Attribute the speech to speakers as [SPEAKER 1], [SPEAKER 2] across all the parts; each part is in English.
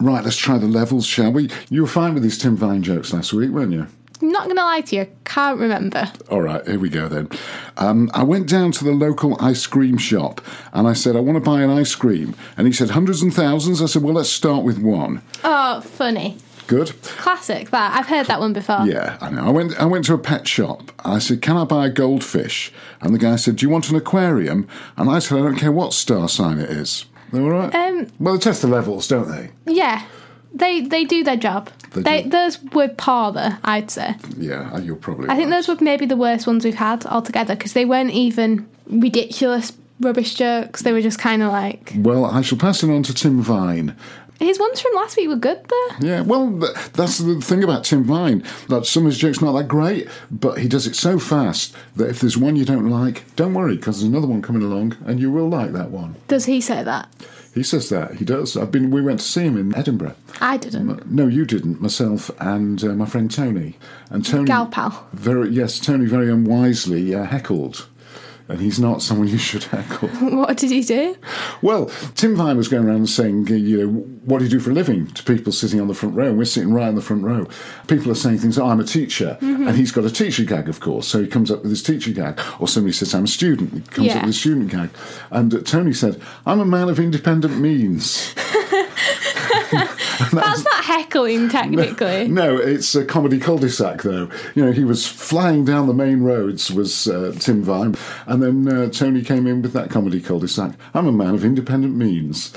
[SPEAKER 1] Right, let's try the levels, shall we? You were fine with these Tim Vine jokes last week, weren't you?
[SPEAKER 2] Not going to lie to you, can't remember.
[SPEAKER 1] All right, here we go then. Um, I went down to the local ice cream shop and I said, I want to buy an ice cream. And he said, hundreds and thousands? I said, well, let's start with one.
[SPEAKER 2] Oh, funny.
[SPEAKER 1] Good.
[SPEAKER 2] Classic, that. I've heard that one before.
[SPEAKER 1] Yeah, I know. I went. I went to a pet shop. I said, "Can I buy a goldfish?" And the guy said, "Do you want an aquarium?" And I said, "I don't care what star sign it is." They're all right.
[SPEAKER 2] Um,
[SPEAKER 1] well, they test the levels, don't they?
[SPEAKER 2] Yeah. They they do their job.
[SPEAKER 1] They
[SPEAKER 2] They,
[SPEAKER 1] do.
[SPEAKER 2] Those were parlour, I'd say.
[SPEAKER 1] Yeah, you're probably.
[SPEAKER 2] I think
[SPEAKER 1] right.
[SPEAKER 2] those were maybe the worst ones we've had altogether because they weren't even ridiculous rubbish jokes. They were just kind of like.
[SPEAKER 1] Well, I shall pass it on to Tim Vine.
[SPEAKER 2] His ones from last week were good though.
[SPEAKER 1] Yeah, well, th- that's the thing about Tim Vine. That some of his jokes not that great, but he does it so fast that if there's one you don't like, don't worry, because there's another one coming along, and you will like that one.
[SPEAKER 2] Does he say that?
[SPEAKER 1] He says that he does. I've been. We went to see him in Edinburgh.
[SPEAKER 2] I didn't.
[SPEAKER 1] No, you didn't. Myself and uh, my friend Tony. And Tony.
[SPEAKER 2] Gal pal.
[SPEAKER 1] Very yes, Tony very unwisely uh, heckled, and he's not someone you should heckle.
[SPEAKER 2] What did he do?
[SPEAKER 1] Well, Tim Vine was going around saying, uh, you know, what do you do for a living to people sitting on the front row? And we're sitting right on the front row. People are saying things, oh, I'm a teacher. And he's got a teacher gag, of course. So he comes up with his teacher gag. Or somebody says, I'm a student. He comes up
[SPEAKER 2] Yeah.
[SPEAKER 1] with a student gag. And uh, Tony said, I'm a man of independent means.
[SPEAKER 2] That's not heckling technically.
[SPEAKER 1] No, it's a comedy cul-de-sac, though. You know, he was flying down the main roads, was uh, Tim Vine, and then uh, Tony came in with that comedy cul-de-sac. I'm a man of independent means.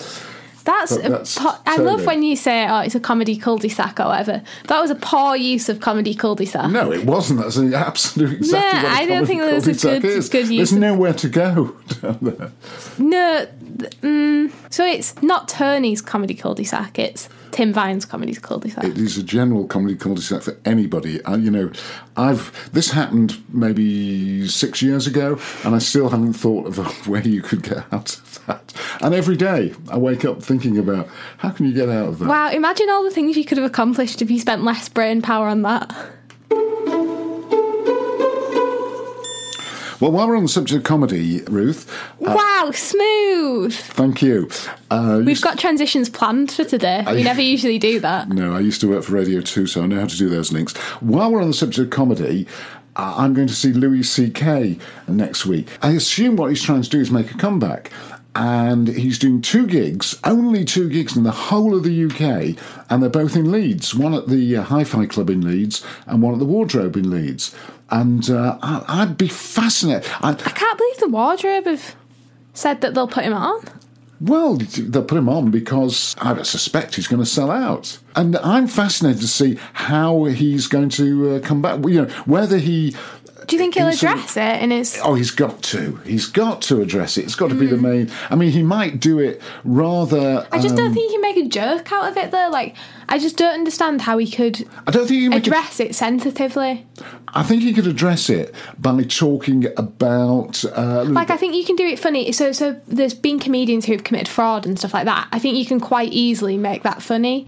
[SPEAKER 2] That's,
[SPEAKER 1] But that's
[SPEAKER 2] a po- I
[SPEAKER 1] so
[SPEAKER 2] love
[SPEAKER 1] good.
[SPEAKER 2] when you say, "Oh, it's a comedy cul-de-sac" or whatever. That was a poor use of comedy cul-de-sac.
[SPEAKER 1] No, it wasn't. That's an absolute exactly
[SPEAKER 2] No,
[SPEAKER 1] what a
[SPEAKER 2] I don't
[SPEAKER 1] comedy
[SPEAKER 2] think that was a
[SPEAKER 1] cul-de-sac
[SPEAKER 2] good-
[SPEAKER 1] is.
[SPEAKER 2] good use
[SPEAKER 1] There's
[SPEAKER 2] of-
[SPEAKER 1] nowhere to go down there.
[SPEAKER 2] No, th- mm, so it's not Turney's comedy cul-de-sac. It's Tim Vine's comedy cul-de-sac.
[SPEAKER 1] It is a general comedy cul-de-sac for anybody. I, you know, I've this happened maybe six years ago, and I still haven't thought of a way you could get out of that. And every day I wake up thinking about how can you get out of that.
[SPEAKER 2] wow, imagine all the things you could have accomplished if you spent less brain power on that.
[SPEAKER 1] Uh, Well, while we're on the subject of comedy, Ruth,
[SPEAKER 2] wow, smooth.
[SPEAKER 1] thank you. Uh,
[SPEAKER 2] We've got transitions planned for today.
[SPEAKER 1] I-
[SPEAKER 2] We never usually do that.
[SPEAKER 1] No, I used to work for Radio 2, so I know how to do those links. While we're on the subject of comedy, I- I'm going to see Louis C.K. next week. I assume what he's trying to do is make a comeback. And he's doing two gigs, only two gigs in the whole of the UK, and they're both in Leeds. One at the uh, Hi Fi Club in Leeds, and one at the Wardrobe in Leeds. And uh, I, I'd be fascinated. I,
[SPEAKER 2] I can't believe the wardrobe have said that they'll put him on.
[SPEAKER 1] Well, they'll put him on because I suspect he's going to sell out. And I'm fascinated to see how he's going to uh, come back. Well, You know, whether he.
[SPEAKER 2] Do you think he'll
[SPEAKER 1] Inside-
[SPEAKER 2] address it in his
[SPEAKER 1] Oh, he's got to. He's got to address it. It's got to be the main. I mean, he might do it rather.
[SPEAKER 2] Hmm. I just
[SPEAKER 1] um,
[SPEAKER 2] don't think he can make a joke out of it though. Like, I just don't understand how he could
[SPEAKER 1] I don't think he would.
[SPEAKER 2] address it sensitively.
[SPEAKER 1] I think he could address it by talking about. Uh,
[SPEAKER 2] Like, I think you can do it funny. So, so there's been comedians who've committed fraud and stuff like that. I think you can quite easily make that funny.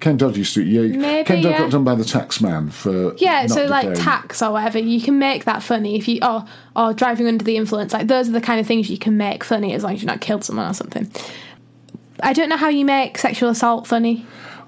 [SPEAKER 1] Ken Dodd used to. Yeah,
[SPEAKER 2] Maybe,
[SPEAKER 1] Ken Dodd
[SPEAKER 2] yeah.
[SPEAKER 1] got done by the tax man for.
[SPEAKER 2] Yeah, so
[SPEAKER 1] not
[SPEAKER 2] like
[SPEAKER 1] declaring.
[SPEAKER 2] tax or whatever, you can make that funny if you or or driving under the influence. Like those are the kind of things you can make funny as long as you've not killed someone or something. I don't know how you make sexual assault funny.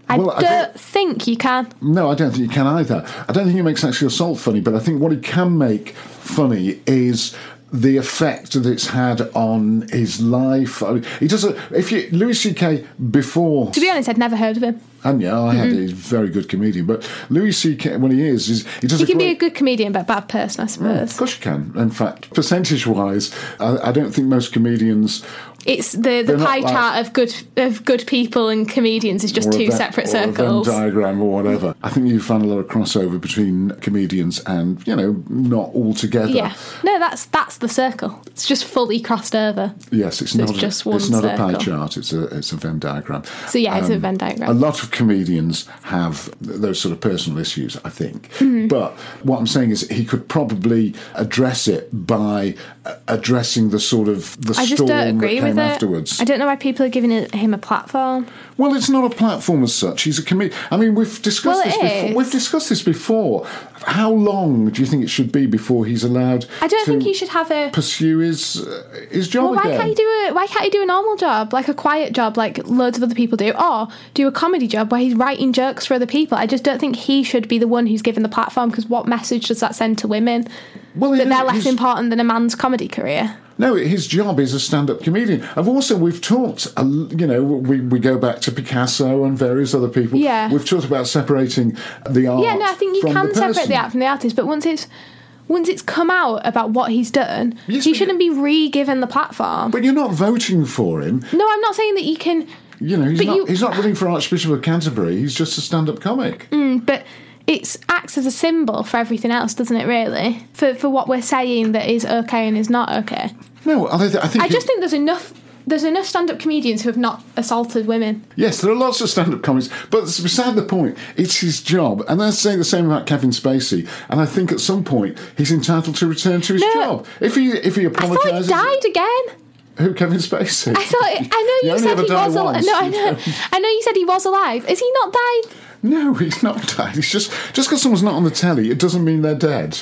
[SPEAKER 2] I
[SPEAKER 1] Well, I
[SPEAKER 2] don't think you can.
[SPEAKER 1] No, I don't think you can either. I don't think it makes sexual assault funny, but I think what he can make funny is the effect that it's had on his life. I mean, he does a if you Louis C.K. before
[SPEAKER 2] To be honest, I'd never heard of him.
[SPEAKER 1] and yeah, I had
[SPEAKER 2] Mm-hmm.
[SPEAKER 1] he's a very good comedian, but Louis C.K. when he is, is he does
[SPEAKER 2] He
[SPEAKER 1] a
[SPEAKER 2] can be
[SPEAKER 1] great-
[SPEAKER 2] a good comedian, but a bad person, I
[SPEAKER 1] of
[SPEAKER 2] suppose.
[SPEAKER 1] course you can. In fact, percentage wise, I, I don't think most comedians
[SPEAKER 2] It's the, the
[SPEAKER 1] They're not
[SPEAKER 2] pie
[SPEAKER 1] like-
[SPEAKER 2] chart of good of good people and comedians is just
[SPEAKER 1] or a
[SPEAKER 2] two
[SPEAKER 1] Venn-
[SPEAKER 2] separate
[SPEAKER 1] or a Venn
[SPEAKER 2] circles.
[SPEAKER 1] diagram or whatever. I think you found a lot of crossover between comedians and you know not all together.
[SPEAKER 2] Yeah, no, that's that's the circle. It's just fully crossed over.
[SPEAKER 1] Yes, it's not
[SPEAKER 2] it's just
[SPEAKER 1] a,
[SPEAKER 2] one
[SPEAKER 1] it's not a pie
[SPEAKER 2] circle.
[SPEAKER 1] chart. It's a it's a Venn diagram. Um,
[SPEAKER 2] So yeah, it's a Venn diagram.
[SPEAKER 1] A lot of comedians have th- those sort of personal issues, I think.
[SPEAKER 2] Mm-hmm.
[SPEAKER 1] But what I'm saying is, he could probably address it by uh, addressing the sort of the
[SPEAKER 2] I
[SPEAKER 1] storm
[SPEAKER 2] just don't agree
[SPEAKER 1] that came
[SPEAKER 2] with it.
[SPEAKER 1] afterwards.
[SPEAKER 2] I don't know why people are giving it- him a platform.
[SPEAKER 1] Well, it's not a platform as such. He's a comedian. I mean, we've discussed
[SPEAKER 2] Well, it
[SPEAKER 1] this
[SPEAKER 2] is.
[SPEAKER 1] before. We've discussed this before. How long do you think it should be before he's allowed?
[SPEAKER 2] I don't
[SPEAKER 1] to
[SPEAKER 2] think he should have a.
[SPEAKER 1] pursue his uh, his job
[SPEAKER 2] Well, why
[SPEAKER 1] again.
[SPEAKER 2] can't you do a why can't you do a normal job like a quiet job like loads of other people do, or do a comedy job where he's writing jokes for other people? I just don't think he should be the one who's given the platform because what message does that send to women
[SPEAKER 1] Well,
[SPEAKER 2] that
[SPEAKER 1] it-
[SPEAKER 2] they're less
[SPEAKER 1] he's-
[SPEAKER 2] important than a man's comedy career?
[SPEAKER 1] No, his job is a stand-up comedian. I've also we've talked, a l- you know, we, we go back to Picasso and various other people.
[SPEAKER 2] Yeah.
[SPEAKER 1] we've talked about separating the art.
[SPEAKER 2] Yeah, no, I think you
[SPEAKER 1] from
[SPEAKER 2] can
[SPEAKER 1] the
[SPEAKER 2] separate
[SPEAKER 1] person.
[SPEAKER 2] the art from the artist, but once it's once it's come out about what he's done,
[SPEAKER 1] Yes,
[SPEAKER 2] he
[SPEAKER 1] but-
[SPEAKER 2] shouldn't be re-given the platform.
[SPEAKER 1] But you're not voting for him.
[SPEAKER 2] no, I'm not saying that you can.
[SPEAKER 1] You know, he's
[SPEAKER 2] But
[SPEAKER 1] not
[SPEAKER 2] you-
[SPEAKER 1] he's not running for Archbishop of Canterbury. He's just a stand-up comic.
[SPEAKER 2] but it acts as a symbol for everything else, doesn't it? Really, for for what we're saying that is okay and is not okay.
[SPEAKER 1] No, I, th- I think
[SPEAKER 2] I
[SPEAKER 1] he-
[SPEAKER 2] just think there's enough there's enough stand up comedians who have not assaulted women.
[SPEAKER 1] Yes, there are lots of stand-up comics, but it's beside the point, it's his job, and I say the same about Kevin Spacey. And I think at some point he's entitled to return to his
[SPEAKER 2] No.
[SPEAKER 1] job if he if he
[SPEAKER 2] I thought he
[SPEAKER 1] apologises.
[SPEAKER 2] died again.
[SPEAKER 1] Who Kevin Spacey?
[SPEAKER 2] I thought it, I
[SPEAKER 1] You
[SPEAKER 2] know you,
[SPEAKER 1] only
[SPEAKER 2] said
[SPEAKER 1] ever
[SPEAKER 2] he
[SPEAKER 1] die
[SPEAKER 2] was alive.
[SPEAKER 1] once,
[SPEAKER 2] No, I
[SPEAKER 1] you
[SPEAKER 2] know. I know you said he was alive. Is he not died?
[SPEAKER 1] No, he's not dead. He's just just because someone's not on the telly, it doesn't mean they're dead.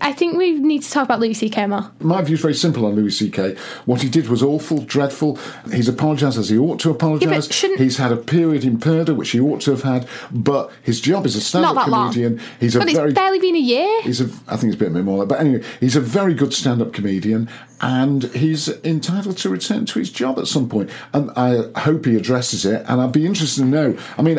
[SPEAKER 2] I think we need to talk about Lucy Kemmer.
[SPEAKER 1] My view's very simple on Louis C.K. What he did was awful, dreadful. He's apologised as he ought to
[SPEAKER 2] Yeah,
[SPEAKER 1] apologise.
[SPEAKER 2] but shouldn't-
[SPEAKER 1] He's had a period in Perda, which he ought to have had, but his job is a
[SPEAKER 2] Not
[SPEAKER 1] stand-up
[SPEAKER 2] that long.
[SPEAKER 1] comedian. He's a
[SPEAKER 2] but
[SPEAKER 1] very
[SPEAKER 2] it's barely been a year.
[SPEAKER 1] He's a, I think it's a bit more, but anyway, he's a very good stand-up comedian, and he's entitled to return to his job at some point. And I hope he addresses it. And I'd be interested to know. I mean,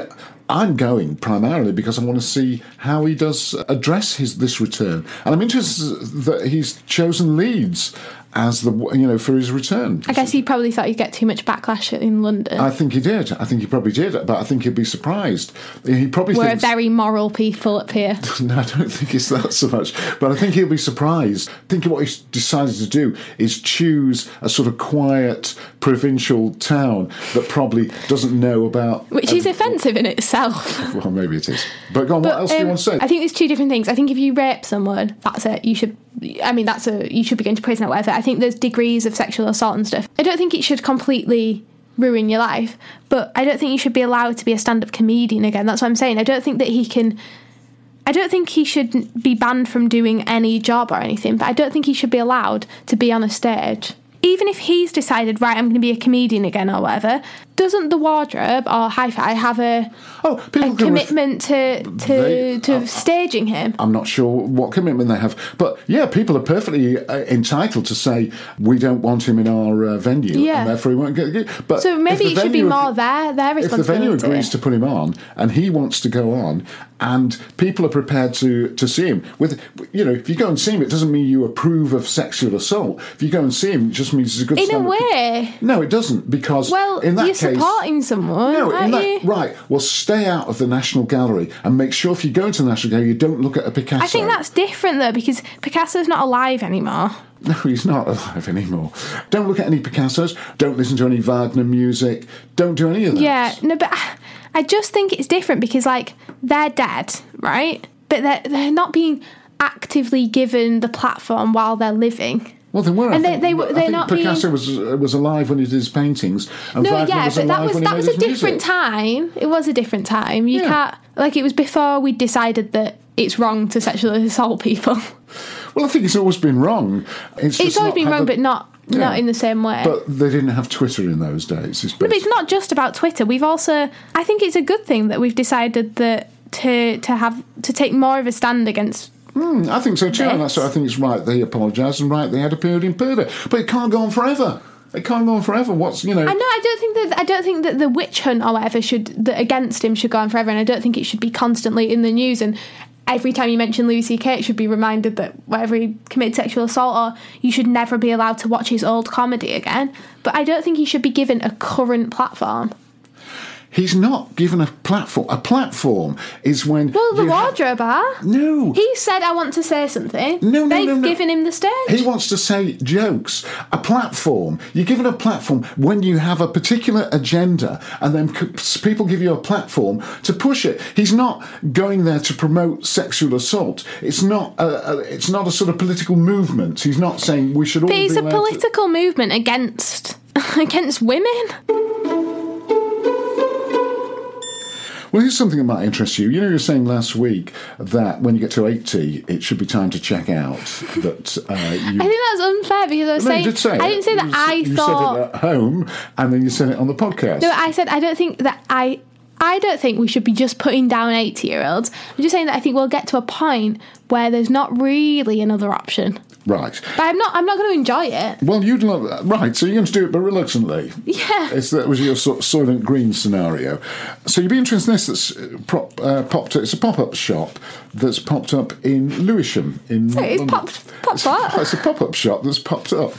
[SPEAKER 1] I'm going primarily because I want to see how he does address his this return, and I'm interested that he's chosen Leeds as the you know for his return.
[SPEAKER 2] I guess he probably thought he'd get too much backlash in London.
[SPEAKER 1] I think he did. I think he probably did, but I think he'd be surprised. He probably
[SPEAKER 2] We're a
[SPEAKER 1] thinks-
[SPEAKER 2] very moral people up here.
[SPEAKER 1] No, I don't think it's that so much. But I think he'll be surprised. I think what he's decided to do is choose a sort of quiet provincial town that probably doesn't know about. um,
[SPEAKER 2] Which is offensive in itself.
[SPEAKER 1] Well, maybe it is. But go on, what else do you
[SPEAKER 2] um,
[SPEAKER 1] want to say?
[SPEAKER 2] I think there's two different things. I think if you rape someone, that's it. You should. I mean, that's a you should be going to prison or whatever. I think there's degrees of sexual assault and stuff. I don't think it should completely ruin your life, but I don't think you should be allowed to be a stand-up comedian again. That's what I'm saying. I don't think that he can. I don't think he should be banned from doing any job or anything, but I don't think he should be allowed to be on a stage. Even if he's decided, right, I'm going to be a comedian again or whatever, doesn't the wardrobe or hi fi have a
[SPEAKER 1] oh, people
[SPEAKER 2] a
[SPEAKER 1] can ref-
[SPEAKER 2] commitment to to
[SPEAKER 1] They- uh,
[SPEAKER 2] to
[SPEAKER 1] I-
[SPEAKER 2] staging him.
[SPEAKER 1] I'm not sure what commitment they have, but yeah, people are perfectly uh, entitled to say we don't want him in our uh, venue,
[SPEAKER 2] Yeah.
[SPEAKER 1] and therefore he won't get. get-" But
[SPEAKER 2] So
[SPEAKER 1] if
[SPEAKER 2] maybe
[SPEAKER 1] the
[SPEAKER 2] it should be
[SPEAKER 1] venue-
[SPEAKER 2] more their their
[SPEAKER 1] if the venue
[SPEAKER 2] responsibility.
[SPEAKER 1] agrees to put him on and he wants to go on and people are prepared to, to see him with you know if you go and see him it doesn't mean you approve of sexual assault if you go and see him it just means he's a good
[SPEAKER 2] in a
[SPEAKER 1] stand-up-
[SPEAKER 2] way,
[SPEAKER 1] no it doesn't because
[SPEAKER 2] well,
[SPEAKER 1] in that
[SPEAKER 2] you're
[SPEAKER 1] case
[SPEAKER 2] supporting someone,
[SPEAKER 1] no, in
[SPEAKER 2] aren't
[SPEAKER 1] that,
[SPEAKER 2] you?
[SPEAKER 1] right. Well, stay out of the National Gallery and make sure if you go into the National Gallery, you don't look at a Picasso.
[SPEAKER 2] I think that's different though because Picasso's not alive anymore.
[SPEAKER 1] No, he's not alive anymore. Don't look at any Picassos. Don't listen to any Wagner music. Don't do any of that.
[SPEAKER 2] Yeah, no, but I- I just think it's different because like they're dead, right? But they're they're not being actively given the platform while they're living.
[SPEAKER 1] Well, they were.
[SPEAKER 2] And
[SPEAKER 1] I
[SPEAKER 2] they-
[SPEAKER 1] think,
[SPEAKER 2] they were-
[SPEAKER 1] I
[SPEAKER 2] they're
[SPEAKER 1] think
[SPEAKER 2] not
[SPEAKER 1] Picasso
[SPEAKER 2] being-
[SPEAKER 1] was uh, was alive when he did his paintings. And
[SPEAKER 2] No,
[SPEAKER 1] Wagner
[SPEAKER 2] yeah,
[SPEAKER 1] was
[SPEAKER 2] but that
[SPEAKER 1] alive
[SPEAKER 2] was
[SPEAKER 1] when he
[SPEAKER 2] that
[SPEAKER 1] made
[SPEAKER 2] was a
[SPEAKER 1] his music.
[SPEAKER 2] different time. It was a different time. You
[SPEAKER 1] Yeah.
[SPEAKER 2] can't like it was before we decided that it's wrong to sexually assault people.
[SPEAKER 1] Well, I think it's always been wrong. It's,
[SPEAKER 2] It's
[SPEAKER 1] just
[SPEAKER 2] always
[SPEAKER 1] not
[SPEAKER 2] been
[SPEAKER 1] had
[SPEAKER 2] wrong,
[SPEAKER 1] the-
[SPEAKER 2] but not
[SPEAKER 1] Yeah.
[SPEAKER 2] not in the same way.
[SPEAKER 1] But they didn't have Twitter in those days. It's
[SPEAKER 2] but it's not just about Twitter. We've also I think it's a good thing that we've decided that to to have to take more of a stand against
[SPEAKER 1] not. I think so too, and
[SPEAKER 2] this.
[SPEAKER 1] that's why I think it's right. They apologised, and right they had a period in Perda, but it can't go on forever. It can't go on forever. What's you know?
[SPEAKER 2] I know. I don't think that I don't think that the witch hunt or whatever should that against him should go on forever, and I don't think it should be constantly in the news and every time you mention Louis C.K., it should be reminded that wherever he committed sexual assault, or you should never be allowed to watch his old comedy again. But I don't think he should be given a current platform.
[SPEAKER 1] He's not given a platform. A platform is when.
[SPEAKER 2] Well, the
[SPEAKER 1] you ha-
[SPEAKER 2] wardrobe are.
[SPEAKER 1] No.
[SPEAKER 2] He said, I want to say something.
[SPEAKER 1] No, no,
[SPEAKER 2] They've
[SPEAKER 1] no, no.
[SPEAKER 2] given him the stage.
[SPEAKER 1] He wants to say jokes. A platform. You're given a platform when you have a particular agenda, and then c- people give you a platform to push it. He's not going there to promote sexual assault. It's not a, a it's not a sort of political movement. He's not saying we should all.
[SPEAKER 2] but it's
[SPEAKER 1] be
[SPEAKER 2] a
[SPEAKER 1] allowed to-
[SPEAKER 2] political movement against against women.
[SPEAKER 1] Well, here's something that might interest you. You know, you were saying last week that when you get to 80, it should be time to check out that uh, you.
[SPEAKER 2] I think that's unfair because I was
[SPEAKER 1] No,
[SPEAKER 2] saying
[SPEAKER 1] you did say
[SPEAKER 2] I
[SPEAKER 1] it.
[SPEAKER 2] didn't say that
[SPEAKER 1] You s-
[SPEAKER 2] I
[SPEAKER 1] you
[SPEAKER 2] thought
[SPEAKER 1] said it at home, and then you said it on the podcast.
[SPEAKER 2] No, I said I don't think that I. I don't think we should be just putting down eighty-year-olds. I'm just saying that I think we'll get to a point where there's not really another option.
[SPEAKER 1] right.
[SPEAKER 2] But I'm not. I'm not going to enjoy it.
[SPEAKER 1] Well, you'd love that. Right, so you're going to do it, but reluctantly.
[SPEAKER 2] Yeah.
[SPEAKER 1] It's, that was your sort of Soylent Green scenario. So you'd be interested in this that's uh, prop, uh, popped It's a pop up shop that's popped up in Lewisham. In
[SPEAKER 2] So it's
[SPEAKER 1] London.
[SPEAKER 2] popped- popped
[SPEAKER 1] It's-
[SPEAKER 2] what?
[SPEAKER 1] It's a pop up shop that's popped up.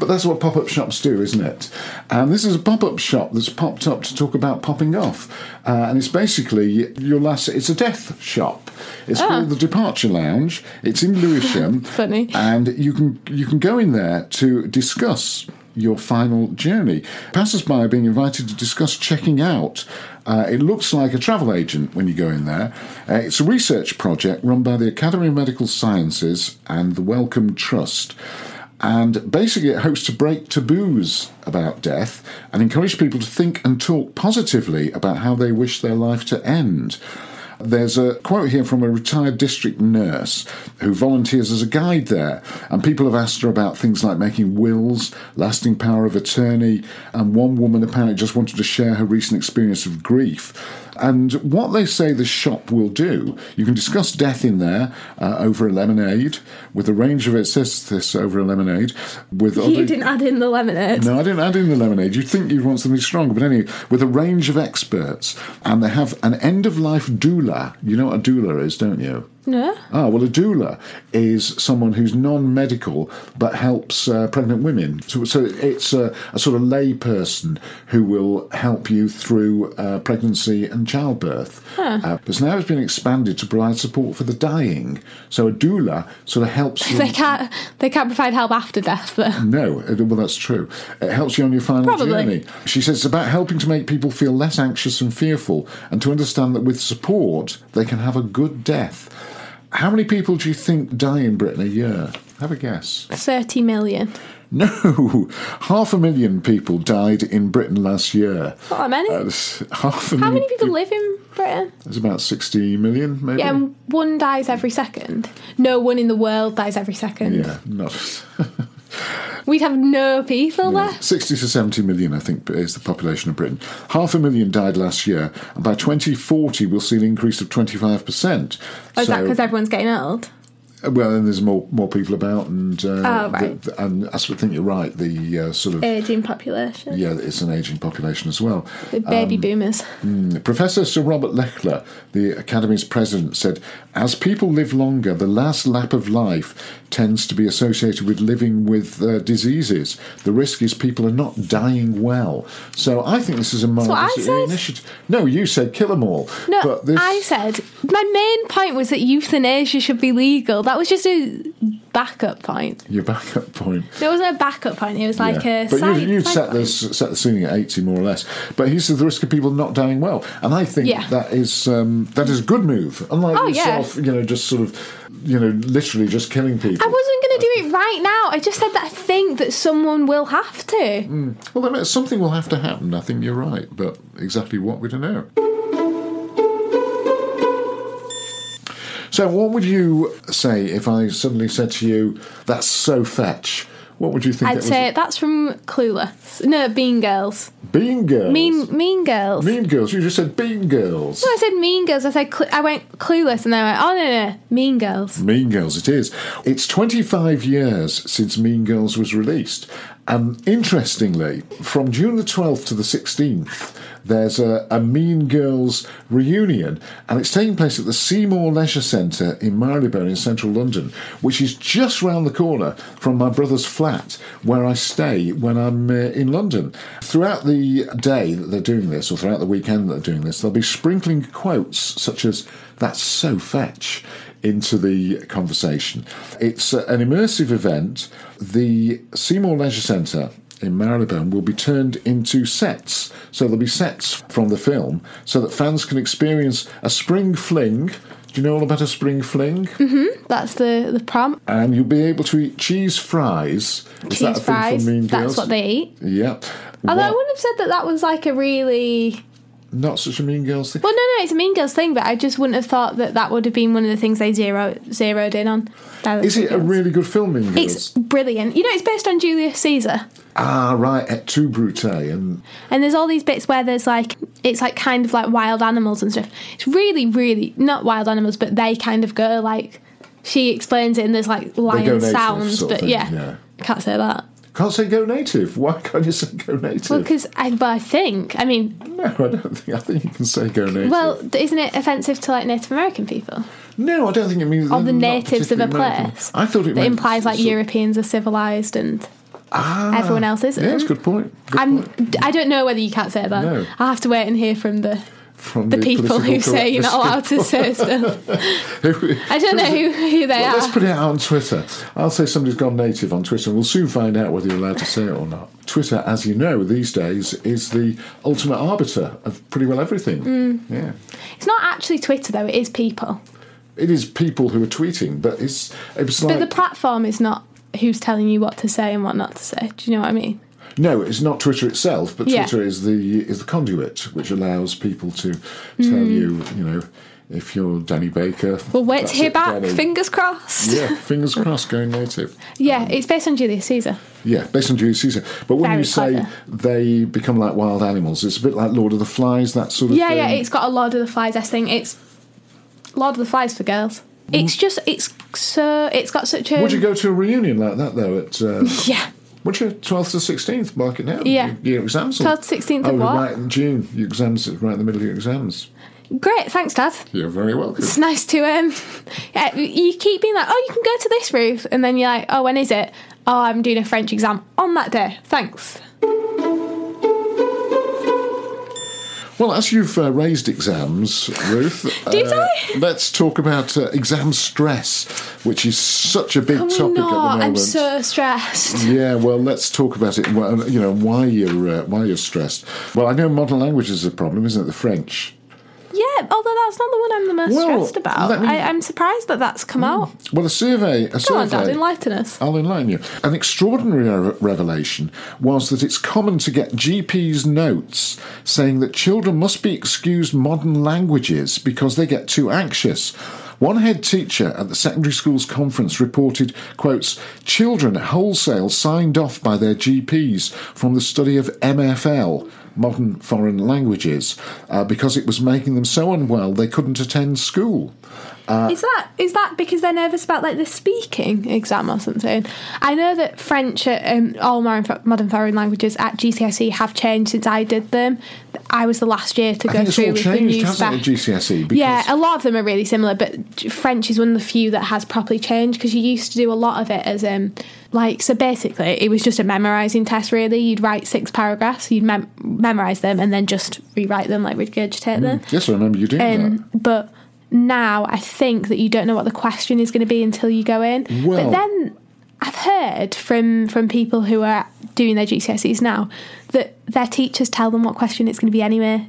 [SPEAKER 1] But that's what pop up shops do, isn't it? And this is a pop up shop that's popped up to talk about popping off. Uh, and it's basically your last, it's a death shop. It's
[SPEAKER 2] Ah.
[SPEAKER 1] called the Departure Lounge. It's in Lewisham.
[SPEAKER 2] Funny.
[SPEAKER 1] And you can you can go in there to discuss your final journey. Passersby are being invited to discuss checking out. Uh, it looks like a travel agent when you go in there. Uh, it's a research project run by the Academy of Medical Sciences and the Wellcome Trust. And basically, it hopes to break taboos about death and encourage people to think and talk positively about how they wish their life to end. There's a quote here from a retired district nurse who volunteers as a guide there, and people have asked her about things like making wills, lasting power of attorney, and one woman apparently just wanted to share her recent experience of grief. And what they say the shop will do, you can discuss death in there uh, over a lemonade with a range of it says this over a lemonade with other-
[SPEAKER 2] You didn't add in the lemonade.
[SPEAKER 1] no, I didn't add in the lemonade. You'd think you'd want something stronger, but anyway, with a range of experts, and they have an end of life doula. You know what a doula is, don't you?
[SPEAKER 2] No?
[SPEAKER 1] Ah, well, a doula is someone who's non medical but helps uh, pregnant women. So, so it's a, a sort of lay person who will help you through uh, pregnancy and childbirth. Uh, but now it's been expanded to provide support for the dying. So a doula sort of helps you.
[SPEAKER 2] They can't. They can't provide help after death. Though.
[SPEAKER 1] No, uh, well, that's true. It helps you on your final
[SPEAKER 2] Probably.
[SPEAKER 1] journey. She says it's about helping to make people feel less anxious and fearful and to understand that with support, they can have a good death. How many people do you think die in Britain a year? Have a guess.
[SPEAKER 2] Thirty million.
[SPEAKER 1] No, half a million people died in Britain last year.
[SPEAKER 2] Not that many.
[SPEAKER 1] Uh, s- half a
[SPEAKER 2] How
[SPEAKER 1] million.
[SPEAKER 2] many people live in Britain?
[SPEAKER 1] It's about 60 million, maybe.
[SPEAKER 2] Yeah, and one dies every second. No one in the world dies every second.
[SPEAKER 1] yeah not.
[SPEAKER 2] We'd have no people left.
[SPEAKER 1] 60 to 70 million, I think, is the population of Britain. Half a million died last year, and by 2040, we'll see an increase of 25%.
[SPEAKER 2] Or Oh, is that
[SPEAKER 1] So-
[SPEAKER 2] because everyone's getting old?
[SPEAKER 1] well, and there's more, more people about, and uh,
[SPEAKER 2] Oh, right.
[SPEAKER 1] the- and I sort of think you're right. The uh, sort of
[SPEAKER 2] Aging population.
[SPEAKER 1] yeah, Um, it's an aging population as well.
[SPEAKER 2] The baby boomers.
[SPEAKER 1] Professor Sir Robert Lechler, the Academy's president, said, As people live longer, the last lap of life tends to be associated with living with uh, diseases. The risk is people are not dying well. So I think this is a
[SPEAKER 2] what I
[SPEAKER 1] marvelous
[SPEAKER 2] said.
[SPEAKER 1] initiative. No, you said kill them all.
[SPEAKER 2] No,
[SPEAKER 1] but this,
[SPEAKER 2] I said my main point was that euthanasia should be legal. That was just a backup point.
[SPEAKER 1] Your backup point.
[SPEAKER 2] There wasn't a backup point. It was like
[SPEAKER 1] Yeah.
[SPEAKER 2] a
[SPEAKER 1] but
[SPEAKER 2] side.
[SPEAKER 1] you, you've
[SPEAKER 2] side
[SPEAKER 1] set
[SPEAKER 2] point.
[SPEAKER 1] the set the ceiling at eighty more or less. But he says the risk of people not dying well, and I think
[SPEAKER 2] Yeah.
[SPEAKER 1] that is um, that is a good move. Unlike
[SPEAKER 2] Oh, yeah.
[SPEAKER 1] yourself, you know, just sort of, you know, literally just killing people.
[SPEAKER 2] I wasn't going to do it right now. I just said that I think that someone will have to.
[SPEAKER 1] Well, I mean, something will have to happen. I think you're right, but exactly what we don't know. So, what would you say if I suddenly said to you, "That's so fetch"? What would you think? it
[SPEAKER 2] I'd
[SPEAKER 1] was?
[SPEAKER 2] say that's from Clueless. No, Bean Girls.
[SPEAKER 1] Bean Girls.
[SPEAKER 2] Mean Mean Girls.
[SPEAKER 1] Mean Girls. You just said Bean Girls.
[SPEAKER 2] No, I said Mean Girls. I said cl- I went Clueless, and then I went, oh no no, Mean Girls.
[SPEAKER 1] Mean Girls, it is. It's 25 years since Mean Girls was released, Um, interestingly, from June the 12th to the 16th, there's a, a Mean Girls reunion, and it's taking place at the Seymour Leisure Centre in Marylebone in central London, which is just round the corner from my brother's flat where I stay when I'm uh, in London. Throughout the day that they're doing this, or throughout the weekend that they're doing this, they'll be sprinkling quotes such as, That's so fetch into the conversation. It's uh, an immersive event. The Seymour Leisure Centre in Marylebone will be turned into sets. So there'll be sets from the film so that fans can experience a spring fling. Do you know all about a spring fling?
[SPEAKER 2] That's the, the prom.
[SPEAKER 1] And you'll be able to eat cheese fries. Is that a
[SPEAKER 2] Cheese
[SPEAKER 1] thing
[SPEAKER 2] fries.
[SPEAKER 1] from Mean
[SPEAKER 2] That's
[SPEAKER 1] Girls?
[SPEAKER 2] what they eat.
[SPEAKER 1] Yeah.
[SPEAKER 2] Although I
[SPEAKER 1] Well,
[SPEAKER 2] wouldn't have said that that was like a really.
[SPEAKER 1] Not such a Mean Girls thing.
[SPEAKER 2] Well, no, no, it's a Mean Girls thing, but I just wouldn't have thought that that would have been one of the things they zero, zeroed in on. That was
[SPEAKER 1] Is it a
[SPEAKER 2] Mean Girls.
[SPEAKER 1] really good film, Mean Girls?
[SPEAKER 2] It's brilliant. You know, it's based on Julius Caesar.
[SPEAKER 1] Ah, right, et tu, Brute. eh, And
[SPEAKER 2] And there's all these bits where there's like it's like kind of like wild animals and stuff. It's really, really not wild animals, but they kind of go like she explains it and there's like lion
[SPEAKER 1] native
[SPEAKER 2] sounds,
[SPEAKER 1] sort of
[SPEAKER 2] but
[SPEAKER 1] thing,
[SPEAKER 2] yeah,
[SPEAKER 1] yeah.
[SPEAKER 2] Can't say that.
[SPEAKER 1] can't say go native. Why can't you say go native?
[SPEAKER 2] Well, because I, well, I think I mean,
[SPEAKER 1] no, I don't think. I think you can say go native.
[SPEAKER 2] well, isn't it offensive to like Native American people
[SPEAKER 1] no, I don't think it means.
[SPEAKER 2] or the
[SPEAKER 1] not
[SPEAKER 2] natives of a
[SPEAKER 1] particularly American.
[SPEAKER 2] place?
[SPEAKER 1] I thought it
[SPEAKER 2] that
[SPEAKER 1] meant
[SPEAKER 2] implies like
[SPEAKER 1] sort-
[SPEAKER 2] Europeans are civilized and
[SPEAKER 1] Ah,
[SPEAKER 2] everyone else isn't.
[SPEAKER 1] Yeah, that's a good point. Good
[SPEAKER 2] I'm.
[SPEAKER 1] point.
[SPEAKER 2] I don't know whether you can't say that.
[SPEAKER 1] No.
[SPEAKER 2] I'll have to wait and hear from the
[SPEAKER 1] From
[SPEAKER 2] the people who
[SPEAKER 1] political
[SPEAKER 2] say you're not allowed
[SPEAKER 1] correctness
[SPEAKER 2] to say stuff.
[SPEAKER 1] people.
[SPEAKER 2] I don't know who, who they
[SPEAKER 1] Well,
[SPEAKER 2] are.
[SPEAKER 1] let's put it out on Twitter. I'll say somebody's gone native on Twitter, and we'll soon find out whether you're allowed to say it or not. Twitter, as you know, these days is the ultimate arbiter of pretty well everything.
[SPEAKER 2] Mm.
[SPEAKER 1] Yeah,
[SPEAKER 2] It's not actually Twitter though; it is people.
[SPEAKER 1] it is people who are tweeting, but it's it's like
[SPEAKER 2] But the platform is not who's telling you what to say and what not to say. Do you know what I mean?
[SPEAKER 1] no, it's not Twitter itself, but
[SPEAKER 2] Yeah.
[SPEAKER 1] Twitter is the is the conduit which allows people to tell you, you know, if you're Danny Baker.
[SPEAKER 2] Mm. We'll wait
[SPEAKER 1] that's
[SPEAKER 2] to hear
[SPEAKER 1] it,
[SPEAKER 2] back.
[SPEAKER 1] Danny.
[SPEAKER 2] Fingers crossed.
[SPEAKER 1] yeah, fingers crossed, going native.
[SPEAKER 2] Yeah, it's based on Julius Caesar.
[SPEAKER 1] Yeah, based on Julius Caesar. But when
[SPEAKER 2] Very
[SPEAKER 1] you say
[SPEAKER 2] clever.
[SPEAKER 1] they become like wild animals, it's a bit like Lord of the Flies, that sort of
[SPEAKER 2] Yeah,
[SPEAKER 1] thing.
[SPEAKER 2] yeah, it's got a Lord of the Flies esque thing. It's Lord of the Flies for girls. It's just it's so it's got such a
[SPEAKER 1] Would Mm. you go to a reunion like that though? At uh,
[SPEAKER 2] yeah.
[SPEAKER 1] would you twelfth to sixteenth? Mark it now.
[SPEAKER 2] Yeah.
[SPEAKER 1] Your, your exams.
[SPEAKER 2] 12th to 16th of
[SPEAKER 1] oh,
[SPEAKER 2] what?
[SPEAKER 1] Right in June. Your exams right in the middle of your exams.
[SPEAKER 2] Great, thanks, Dad.
[SPEAKER 1] You're very welcome.
[SPEAKER 2] It's nice to um. yeah, You keep being like, oh, you can go to this roof, and then you're like, oh, when is it? Oh, I'm doing a French exam on that day. Thanks.
[SPEAKER 1] Well, as you've uh, raised exams, Ruth,
[SPEAKER 2] Did
[SPEAKER 1] uh,
[SPEAKER 2] I?
[SPEAKER 1] let's talk about uh, exam stress, which is such a big
[SPEAKER 2] Can we
[SPEAKER 1] topic at
[SPEAKER 2] not?
[SPEAKER 1] the moment.
[SPEAKER 2] Oh,
[SPEAKER 1] Mm.
[SPEAKER 2] I'm so stressed.
[SPEAKER 1] Yeah, well, let's talk about it. Well, You know why you're uh, why you're stressed. Well, I know modern language is a problem, isn't it? The French.
[SPEAKER 2] Yeah, although that's not the one I'm the most
[SPEAKER 1] Well,
[SPEAKER 2] stressed about.
[SPEAKER 1] let me-
[SPEAKER 2] I, I'm surprised that that's come out.
[SPEAKER 1] Well, a survey. A
[SPEAKER 2] Come
[SPEAKER 1] survey.
[SPEAKER 2] on, Dad, enlighten us.
[SPEAKER 1] I'll enlighten you. An extraordinary re- revelation was that it's common to get GPs' notes saying that children must be excused modern languages because they get too anxious. One head teacher at the secondary school's conference reported, quotes, children wholesale signed off by their GPs from the study of MFL, modern foreign languages, uh, because it was making them so unwell they couldn't attend school.
[SPEAKER 2] is that is that because they're nervous about like the speaking exam or something? I know that French uh, and all modern, fo- modern foreign languages at GCSE E have changed since I did them. I was the last year to
[SPEAKER 1] I
[SPEAKER 2] go
[SPEAKER 1] think it's
[SPEAKER 2] through
[SPEAKER 1] all
[SPEAKER 2] with the new
[SPEAKER 1] changed,
[SPEAKER 2] spec.
[SPEAKER 1] hasn't it, GCSE? E? Because
[SPEAKER 2] Yeah, a lot of them are really similar, but French is one of the few that has properly changed because you used to do a lot of it as um like so basically it was just a memorizing test really. You'd write six paragraphs, you'd mem- memorize them, and then just rewrite them like regurgitate them.
[SPEAKER 1] Yes, I remember you doing that.
[SPEAKER 2] Um, but now I think that you don't know what the question is going to be until you go in.
[SPEAKER 1] Well-
[SPEAKER 2] but then I've heard from from people who are doing their GCSEs now that their teachers tell them what question it's going to be anyway.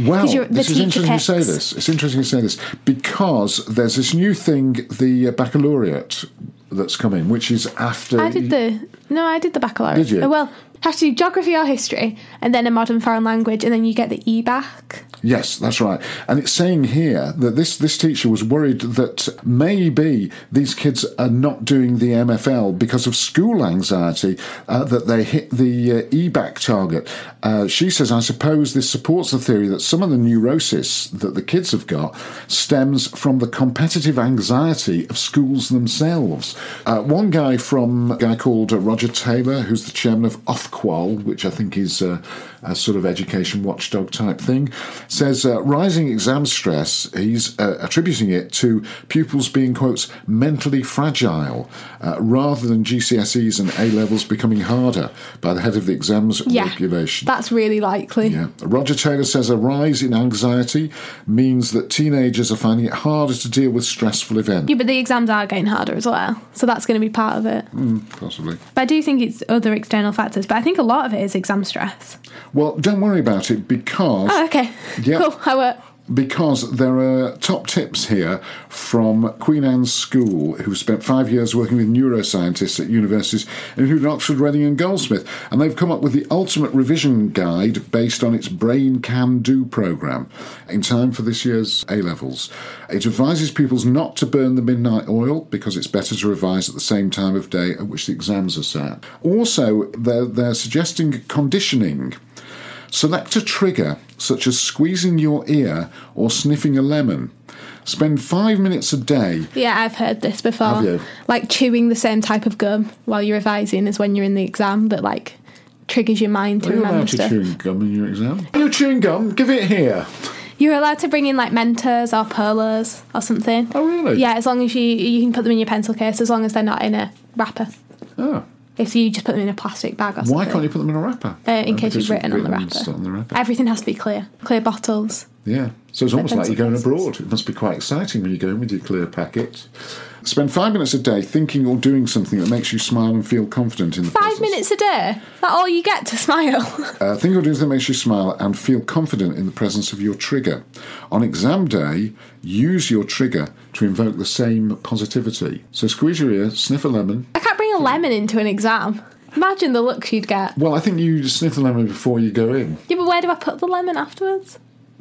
[SPEAKER 1] Well,
[SPEAKER 2] 'Cause you're- the
[SPEAKER 1] this is
[SPEAKER 2] teacher
[SPEAKER 1] interesting you say
[SPEAKER 2] picks.
[SPEAKER 1] this. It's interesting you say this because there's this new thing, the uh, baccalaureate that's coming, which is after.
[SPEAKER 2] I did the no, I did the baccalaureate. Uh,
[SPEAKER 1] Did you?
[SPEAKER 2] Well, Have to do geography or history, and then a modern foreign language, and then you get the E back.
[SPEAKER 1] Yes, that's right. And it's saying here that this, this teacher was worried that maybe these kids are not doing the MFL because of school anxiety, uh, that they hit the uh, EBAC target. Uh, she says, I suppose this supports the theory that some of the neurosis that the kids have got stems from the competitive anxiety of schools themselves. Uh, one guy from a guy called uh, Roger Taylor, who's the chairman of Ofqual, which I think is uh, a sort of education watchdog type thing, says uh, rising exam stress, he's uh, attributing it to pupils being, quotes, mentally fragile, uh, rather than GCSEs and A levels becoming harder by the head of the exams
[SPEAKER 2] Yeah.
[SPEAKER 1] regulation.
[SPEAKER 2] That's really likely.
[SPEAKER 1] Yeah. Roger Taylor says a rise in anxiety means that teenagers are finding it harder to deal with stressful events.
[SPEAKER 2] Yeah, but the exams are getting harder as well, so that's going to be part of it.
[SPEAKER 1] Mm. Possibly.
[SPEAKER 2] But I do think it's other external factors, but I think a lot of it is exam stress.
[SPEAKER 1] Well, don't worry about it because
[SPEAKER 2] Oh, okay.
[SPEAKER 1] Yeah.
[SPEAKER 2] Cool. I work.
[SPEAKER 1] because there are top tips here from Queen Anne's School, who spent five years working with neuroscientists at universities, including Oxford, Reading, and Goldsmith. And they've come up with the ultimate revision guide based on its Brain Can Do programme in time for this year's A levels. It advises pupils not to burn the midnight oil because it's better to revise at the same time of day at which the exams are sat. Also, they're, they're suggesting conditioning. Select a trigger, such as squeezing your ear or sniffing a lemon. Spend five minutes a day.
[SPEAKER 2] Yeah, I've heard this before.
[SPEAKER 1] Have you?
[SPEAKER 2] Like chewing the same type of gum while you're revising is when you're in the exam that like triggers your mind to
[SPEAKER 1] Are you
[SPEAKER 2] remember
[SPEAKER 1] allowed to
[SPEAKER 2] stuff.
[SPEAKER 1] chewing gum in your exam? Are you chewing gum? Give it here.
[SPEAKER 2] You're allowed to bring in like mentors or perlers or something.
[SPEAKER 1] Oh, really?
[SPEAKER 2] Yeah, as long as you you can put them in your pencil case, as long as they're not in a wrapper.
[SPEAKER 1] Oh.
[SPEAKER 2] If you just put them in a plastic bag or something.
[SPEAKER 1] Why can't you put them in a wrapper?
[SPEAKER 2] Uh, in case
[SPEAKER 1] because
[SPEAKER 2] you've written on the
[SPEAKER 1] it's
[SPEAKER 2] wrapper.
[SPEAKER 1] on the wrapper.
[SPEAKER 2] Everything has to be clear. Clear bottles.
[SPEAKER 1] Yeah. So it's almost like
[SPEAKER 2] pencil
[SPEAKER 1] you're going
[SPEAKER 2] cases.
[SPEAKER 1] abroad. It must be quite exciting when you go in with your clear packet. Spend five minutes a day thinking or doing something that makes you smile and feel confident in the
[SPEAKER 2] Five
[SPEAKER 1] process.
[SPEAKER 2] minutes a day? That all you get to smile?
[SPEAKER 1] Uh, think or do that makes you smile and feel confident in the presence of your trigger. On exam day, use your trigger to invoke the same positivity. So squeeze your ear, sniff a lemon.
[SPEAKER 2] I can't bring a lemon into an exam. Imagine the looks you'd get.
[SPEAKER 1] Well, I think you sniff the lemon before you go in.
[SPEAKER 2] Yeah, but where do I put the lemon afterwards?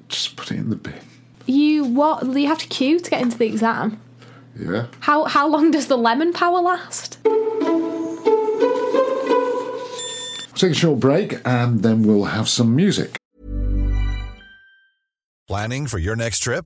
[SPEAKER 1] Just put it in the bin.
[SPEAKER 2] You what? You have to queue to get into the exam.
[SPEAKER 1] Yeah.
[SPEAKER 2] How how long does the lemon power last?
[SPEAKER 1] Take a short break and then we'll have some music.
[SPEAKER 3] Planning for your next trip?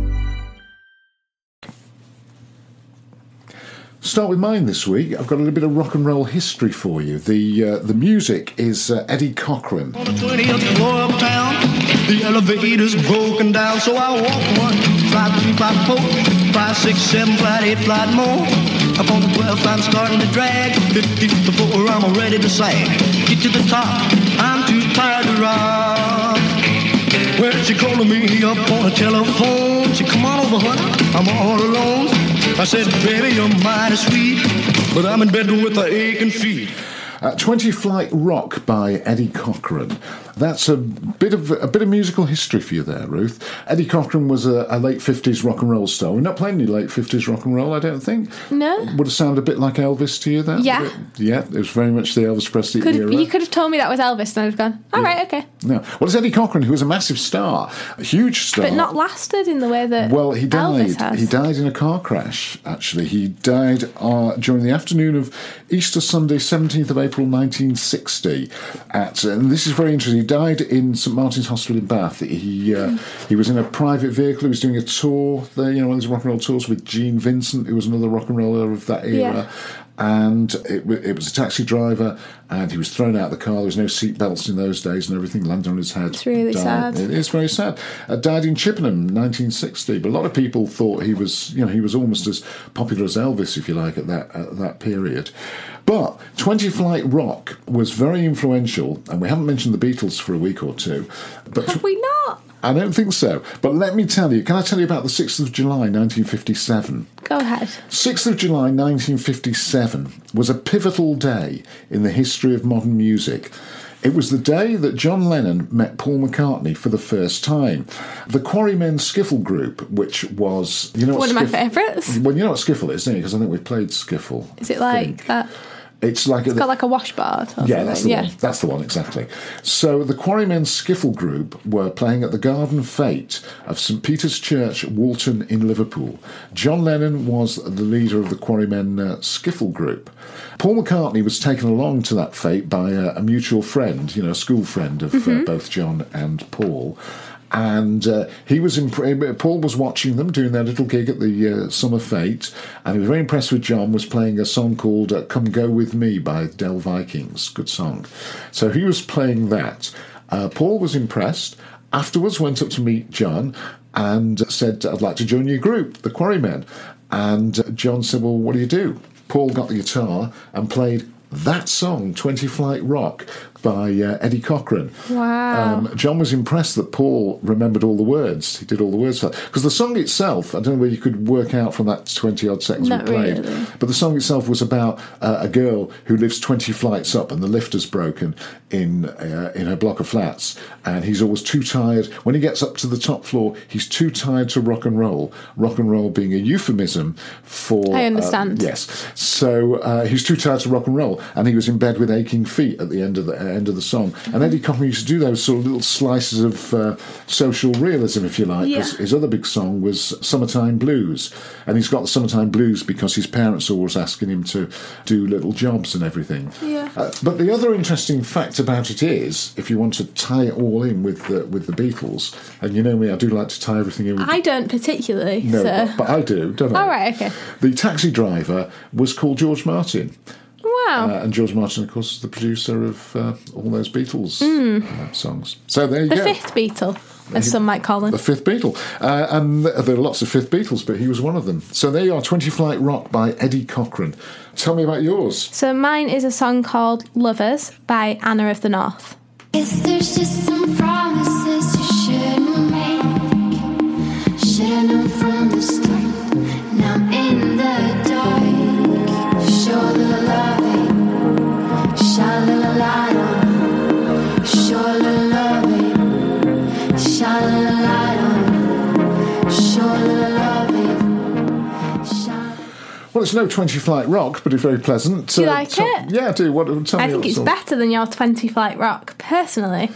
[SPEAKER 1] Start with mine this week. I've got a little bit of rock and roll history for you. The uh, the music is uh, Eddie Cochran.
[SPEAKER 4] On the 20th floor of town, the elevator's broken down, so I walk one, fly two, fly four, fly six, seven, fly eight, fly more. Up on the 12th, I'm starting to drag. 50th the floor, I'm ready to sag. Get to the top, I'm too tired to rock. Well, she calling me up on the telephone. She come on over, honey, I'm all alone. I said, baby, you're mighty sweet, but I'm in bed with the aching feet.
[SPEAKER 1] Uh, Twenty Flight Rock by Eddie Cochran. That's a bit of a bit of musical history for you there, Ruth. Eddie Cochran was a, a late fifties rock and roll star. We're not playing any late fifties rock and roll, I don't think.
[SPEAKER 2] No.
[SPEAKER 1] would have sounded a bit like Elvis to you, that. would
[SPEAKER 2] Yeah.
[SPEAKER 1] it? yeah. It was very much the Elvis Presley
[SPEAKER 2] Could
[SPEAKER 1] era.
[SPEAKER 2] you could have told me that was Elvis, and I'd have gone, all right, okay,
[SPEAKER 1] no. Well, it's Eddie Cochran, who was a massive star, a huge star,
[SPEAKER 2] but not lasted in the way that
[SPEAKER 1] Well, he
[SPEAKER 2] Elvis
[SPEAKER 1] died.
[SPEAKER 2] has.
[SPEAKER 1] He died in a car crash. Actually, he died uh, during the afternoon of Easter Sunday, seventeenth of April, nineteen sixty. At uh, and this is very interesting. He died in St Martin's Hospital in Bath. He uh, he was in a private vehicle. He was doing a tour there, you know, one of these rock and roll tours with Gene Vincent, who was another rock and roller of that era.
[SPEAKER 2] Yeah.
[SPEAKER 1] and it, wa- it was a taxi driver, and he was thrown out of the car. There was no seat belts in those days, and everything landed on his head.
[SPEAKER 2] It's really sad.
[SPEAKER 1] It is very sad. Uh, died in Chippenham, 1960. But a lot of people thought he was, you know, he was almost as popular as Elvis, if you like, at that at that period. But 20 Flight Rock was very influential, and we haven't mentioned the Beatles for a week or two. But
[SPEAKER 2] Have we not?
[SPEAKER 1] I don't think so. But let me tell you, can I tell you about the 6th of July 1957?
[SPEAKER 2] Go ahead.
[SPEAKER 1] 6th of July 1957 was a pivotal day in the history of modern music. It was the day that John Lennon met Paul McCartney for the first time. The Quarrymen Skiffle Group, which was, you know, what
[SPEAKER 2] One of my
[SPEAKER 1] skiff-
[SPEAKER 2] favourites.
[SPEAKER 1] Well, you know what skiffle is, don't you? Because I think we've played skiffle.
[SPEAKER 2] Is it like that?
[SPEAKER 1] It's like
[SPEAKER 2] Got like a wash bar. Or
[SPEAKER 1] yeah, that's the
[SPEAKER 2] something. yeah.
[SPEAKER 1] one. That's the one exactly. So the Quarrymen Skiffle Group were playing at the Garden Fete of St Peter's Church, Walton in Liverpool. John Lennon was the leader of the Quarrymen uh, Skiffle Group. Paul McCartney was taken along to that fete by uh, a mutual friend, you know, a school friend of uh, both John and Paul. And uh, he was imp- Paul was watching them doing their little gig at the uh, Summer Fete, and he was very impressed with John. Was playing a song called uh, "Come Go with Me" by Del Vikings, good song. So he was playing that. Uh, Paul was impressed. Afterwards, went up to meet John and said, "I'd like to join your group, the Quarrymen." And uh, John said, "Well, what do you do?" Paul got the guitar and played that song, 20 Flight Rock, by uh, Eddie Cochran.
[SPEAKER 2] Wow.
[SPEAKER 1] Um, John was impressed that Paul remembered all the words. He did all the words. Because the song itself, I don't know whether you could work out from that 20 odd seconds
[SPEAKER 2] Not
[SPEAKER 1] we played,
[SPEAKER 2] really.
[SPEAKER 1] but the song itself was about uh, a girl who lives 20 flights up and the lift has broken in, uh, in her block of flats. And he's always too tired. When he gets up to the top floor, he's too tired to rock and roll. Rock and roll being a euphemism for.
[SPEAKER 2] I
[SPEAKER 1] uh,
[SPEAKER 2] understand.
[SPEAKER 1] yes. So uh, he was too tired to rock and roll, and he was in bed with aching feet at the end of the uh, end of the song.
[SPEAKER 2] Mm-hmm.
[SPEAKER 1] And Eddie Cochran used to do those sort of little slices of uh, social realism, if you like. 'cause
[SPEAKER 2] Yeah.
[SPEAKER 1] His other big song was "Summertime Blues," and he's got the "Summertime Blues" because his parents are always asking him to do little jobs and everything.
[SPEAKER 2] Yeah.
[SPEAKER 1] Uh, but the other interesting fact about it is, if you want to tie it all in with the, with the Beatles, and you know me, I do like to tie everything in. with
[SPEAKER 2] I don't particularly.
[SPEAKER 1] no,
[SPEAKER 2] so.
[SPEAKER 1] but, but I do, don't I?
[SPEAKER 2] All right, okay.
[SPEAKER 1] The taxi driver was called George Martin.
[SPEAKER 2] wow.
[SPEAKER 1] Uh, and George Martin, of course, is the producer of uh, all those Beatles uh, songs. So there you
[SPEAKER 2] the
[SPEAKER 1] go.
[SPEAKER 2] fifth Beatle, as some might call him.
[SPEAKER 1] The fifth Beatle. Uh, and th- there are lots of fifth Beatles, but he was one of them. So there you are 20 Flight Rock by Eddie Cochran. Tell me about yours.
[SPEAKER 2] So mine is a song called Lovers by Anna of the North.
[SPEAKER 5] Guess there's just some promises you shouldn't make. Should've known from the start. Now I'm in the dark. Show a little loving. Shine a little light on. me. Show a little loving. Shine a little light on. me. Show a little loving. Shine.
[SPEAKER 1] Well, it's no 20 Flight Rock, but it's very pleasant. Uh,
[SPEAKER 2] Do you like it?
[SPEAKER 1] Yeah, I do. What, tell
[SPEAKER 2] I
[SPEAKER 1] me
[SPEAKER 2] think
[SPEAKER 1] your
[SPEAKER 2] it's
[SPEAKER 1] song.
[SPEAKER 2] better than your 20 Flight Rock, personally.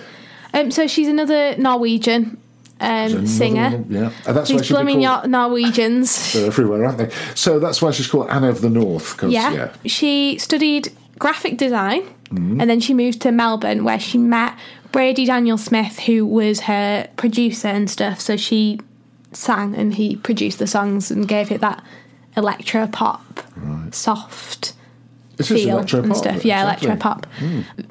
[SPEAKER 2] Um, so she's another Norwegian um,
[SPEAKER 1] Another
[SPEAKER 2] singer.
[SPEAKER 1] one, Yeah, and that's why
[SPEAKER 2] These
[SPEAKER 1] she's
[SPEAKER 2] blooming
[SPEAKER 1] called,
[SPEAKER 2] Nor- Norwegians.
[SPEAKER 1] They're uh, everywhere, aren't they? So that's why she's called Anne of the North. 'cause,
[SPEAKER 2] yeah.
[SPEAKER 1] yeah. Mm-hmm.
[SPEAKER 2] She studied graphic design and then she moved to Melbourne where she met Brady Daniel Smith, who was her producer and stuff. So she sang and he produced the songs and gave it that electro pop, soft
[SPEAKER 1] It is
[SPEAKER 2] feel
[SPEAKER 1] electro Mm.
[SPEAKER 2] and stuff. Yeah, electro pop.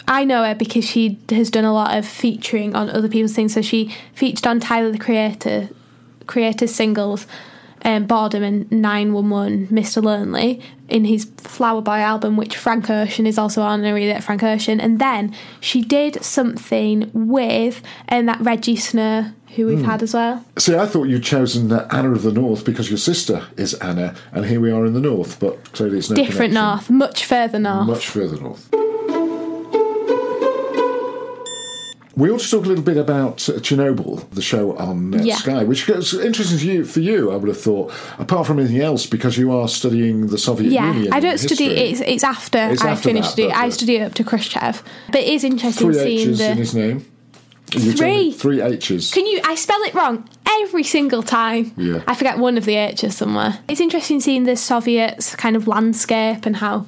[SPEAKER 2] I know her because she has done a lot of featuring on other people's things. So she featured on Tyler the Creator, Creator's singles, um, Boredom and 911, Mr. Lonely, in his Flower Boy album, which Frank Ocean is also on. And I really like Frank Ocean. And then she did something with and that Reggie Snow,
[SPEAKER 1] Mm.
[SPEAKER 2] who we've had as well.
[SPEAKER 1] See, I thought you'd chosen uh, Anna of the North because your sister is Anna, and here we are in the North, but clearly it's no
[SPEAKER 2] Different
[SPEAKER 1] connection. Mm.
[SPEAKER 2] north, much further north.
[SPEAKER 1] Much further north. We ought to talk a little bit about uh, Chernobyl, the show on uh,
[SPEAKER 2] Yeah.
[SPEAKER 1] Sky, which is interesting to you, for you, I would have thought, apart from anything else, because you are studying the Soviet
[SPEAKER 2] Yeah,
[SPEAKER 1] Union.
[SPEAKER 2] I don't
[SPEAKER 1] and
[SPEAKER 2] study.
[SPEAKER 1] history.
[SPEAKER 2] It's it's after
[SPEAKER 1] It's
[SPEAKER 2] I
[SPEAKER 1] after
[SPEAKER 2] finished
[SPEAKER 1] that,
[SPEAKER 2] it. I
[SPEAKER 1] that's it.
[SPEAKER 2] study up to Khrushchev, but it is interesting
[SPEAKER 1] Three
[SPEAKER 2] seeing
[SPEAKER 1] H's
[SPEAKER 2] the.
[SPEAKER 1] in his name. You told me
[SPEAKER 2] Three.
[SPEAKER 1] Three H's.
[SPEAKER 2] Can you? I spell it wrong every single time.
[SPEAKER 1] Yeah.
[SPEAKER 2] I forget one of the H's somewhere. It's interesting seeing the Soviets kind of landscape and how.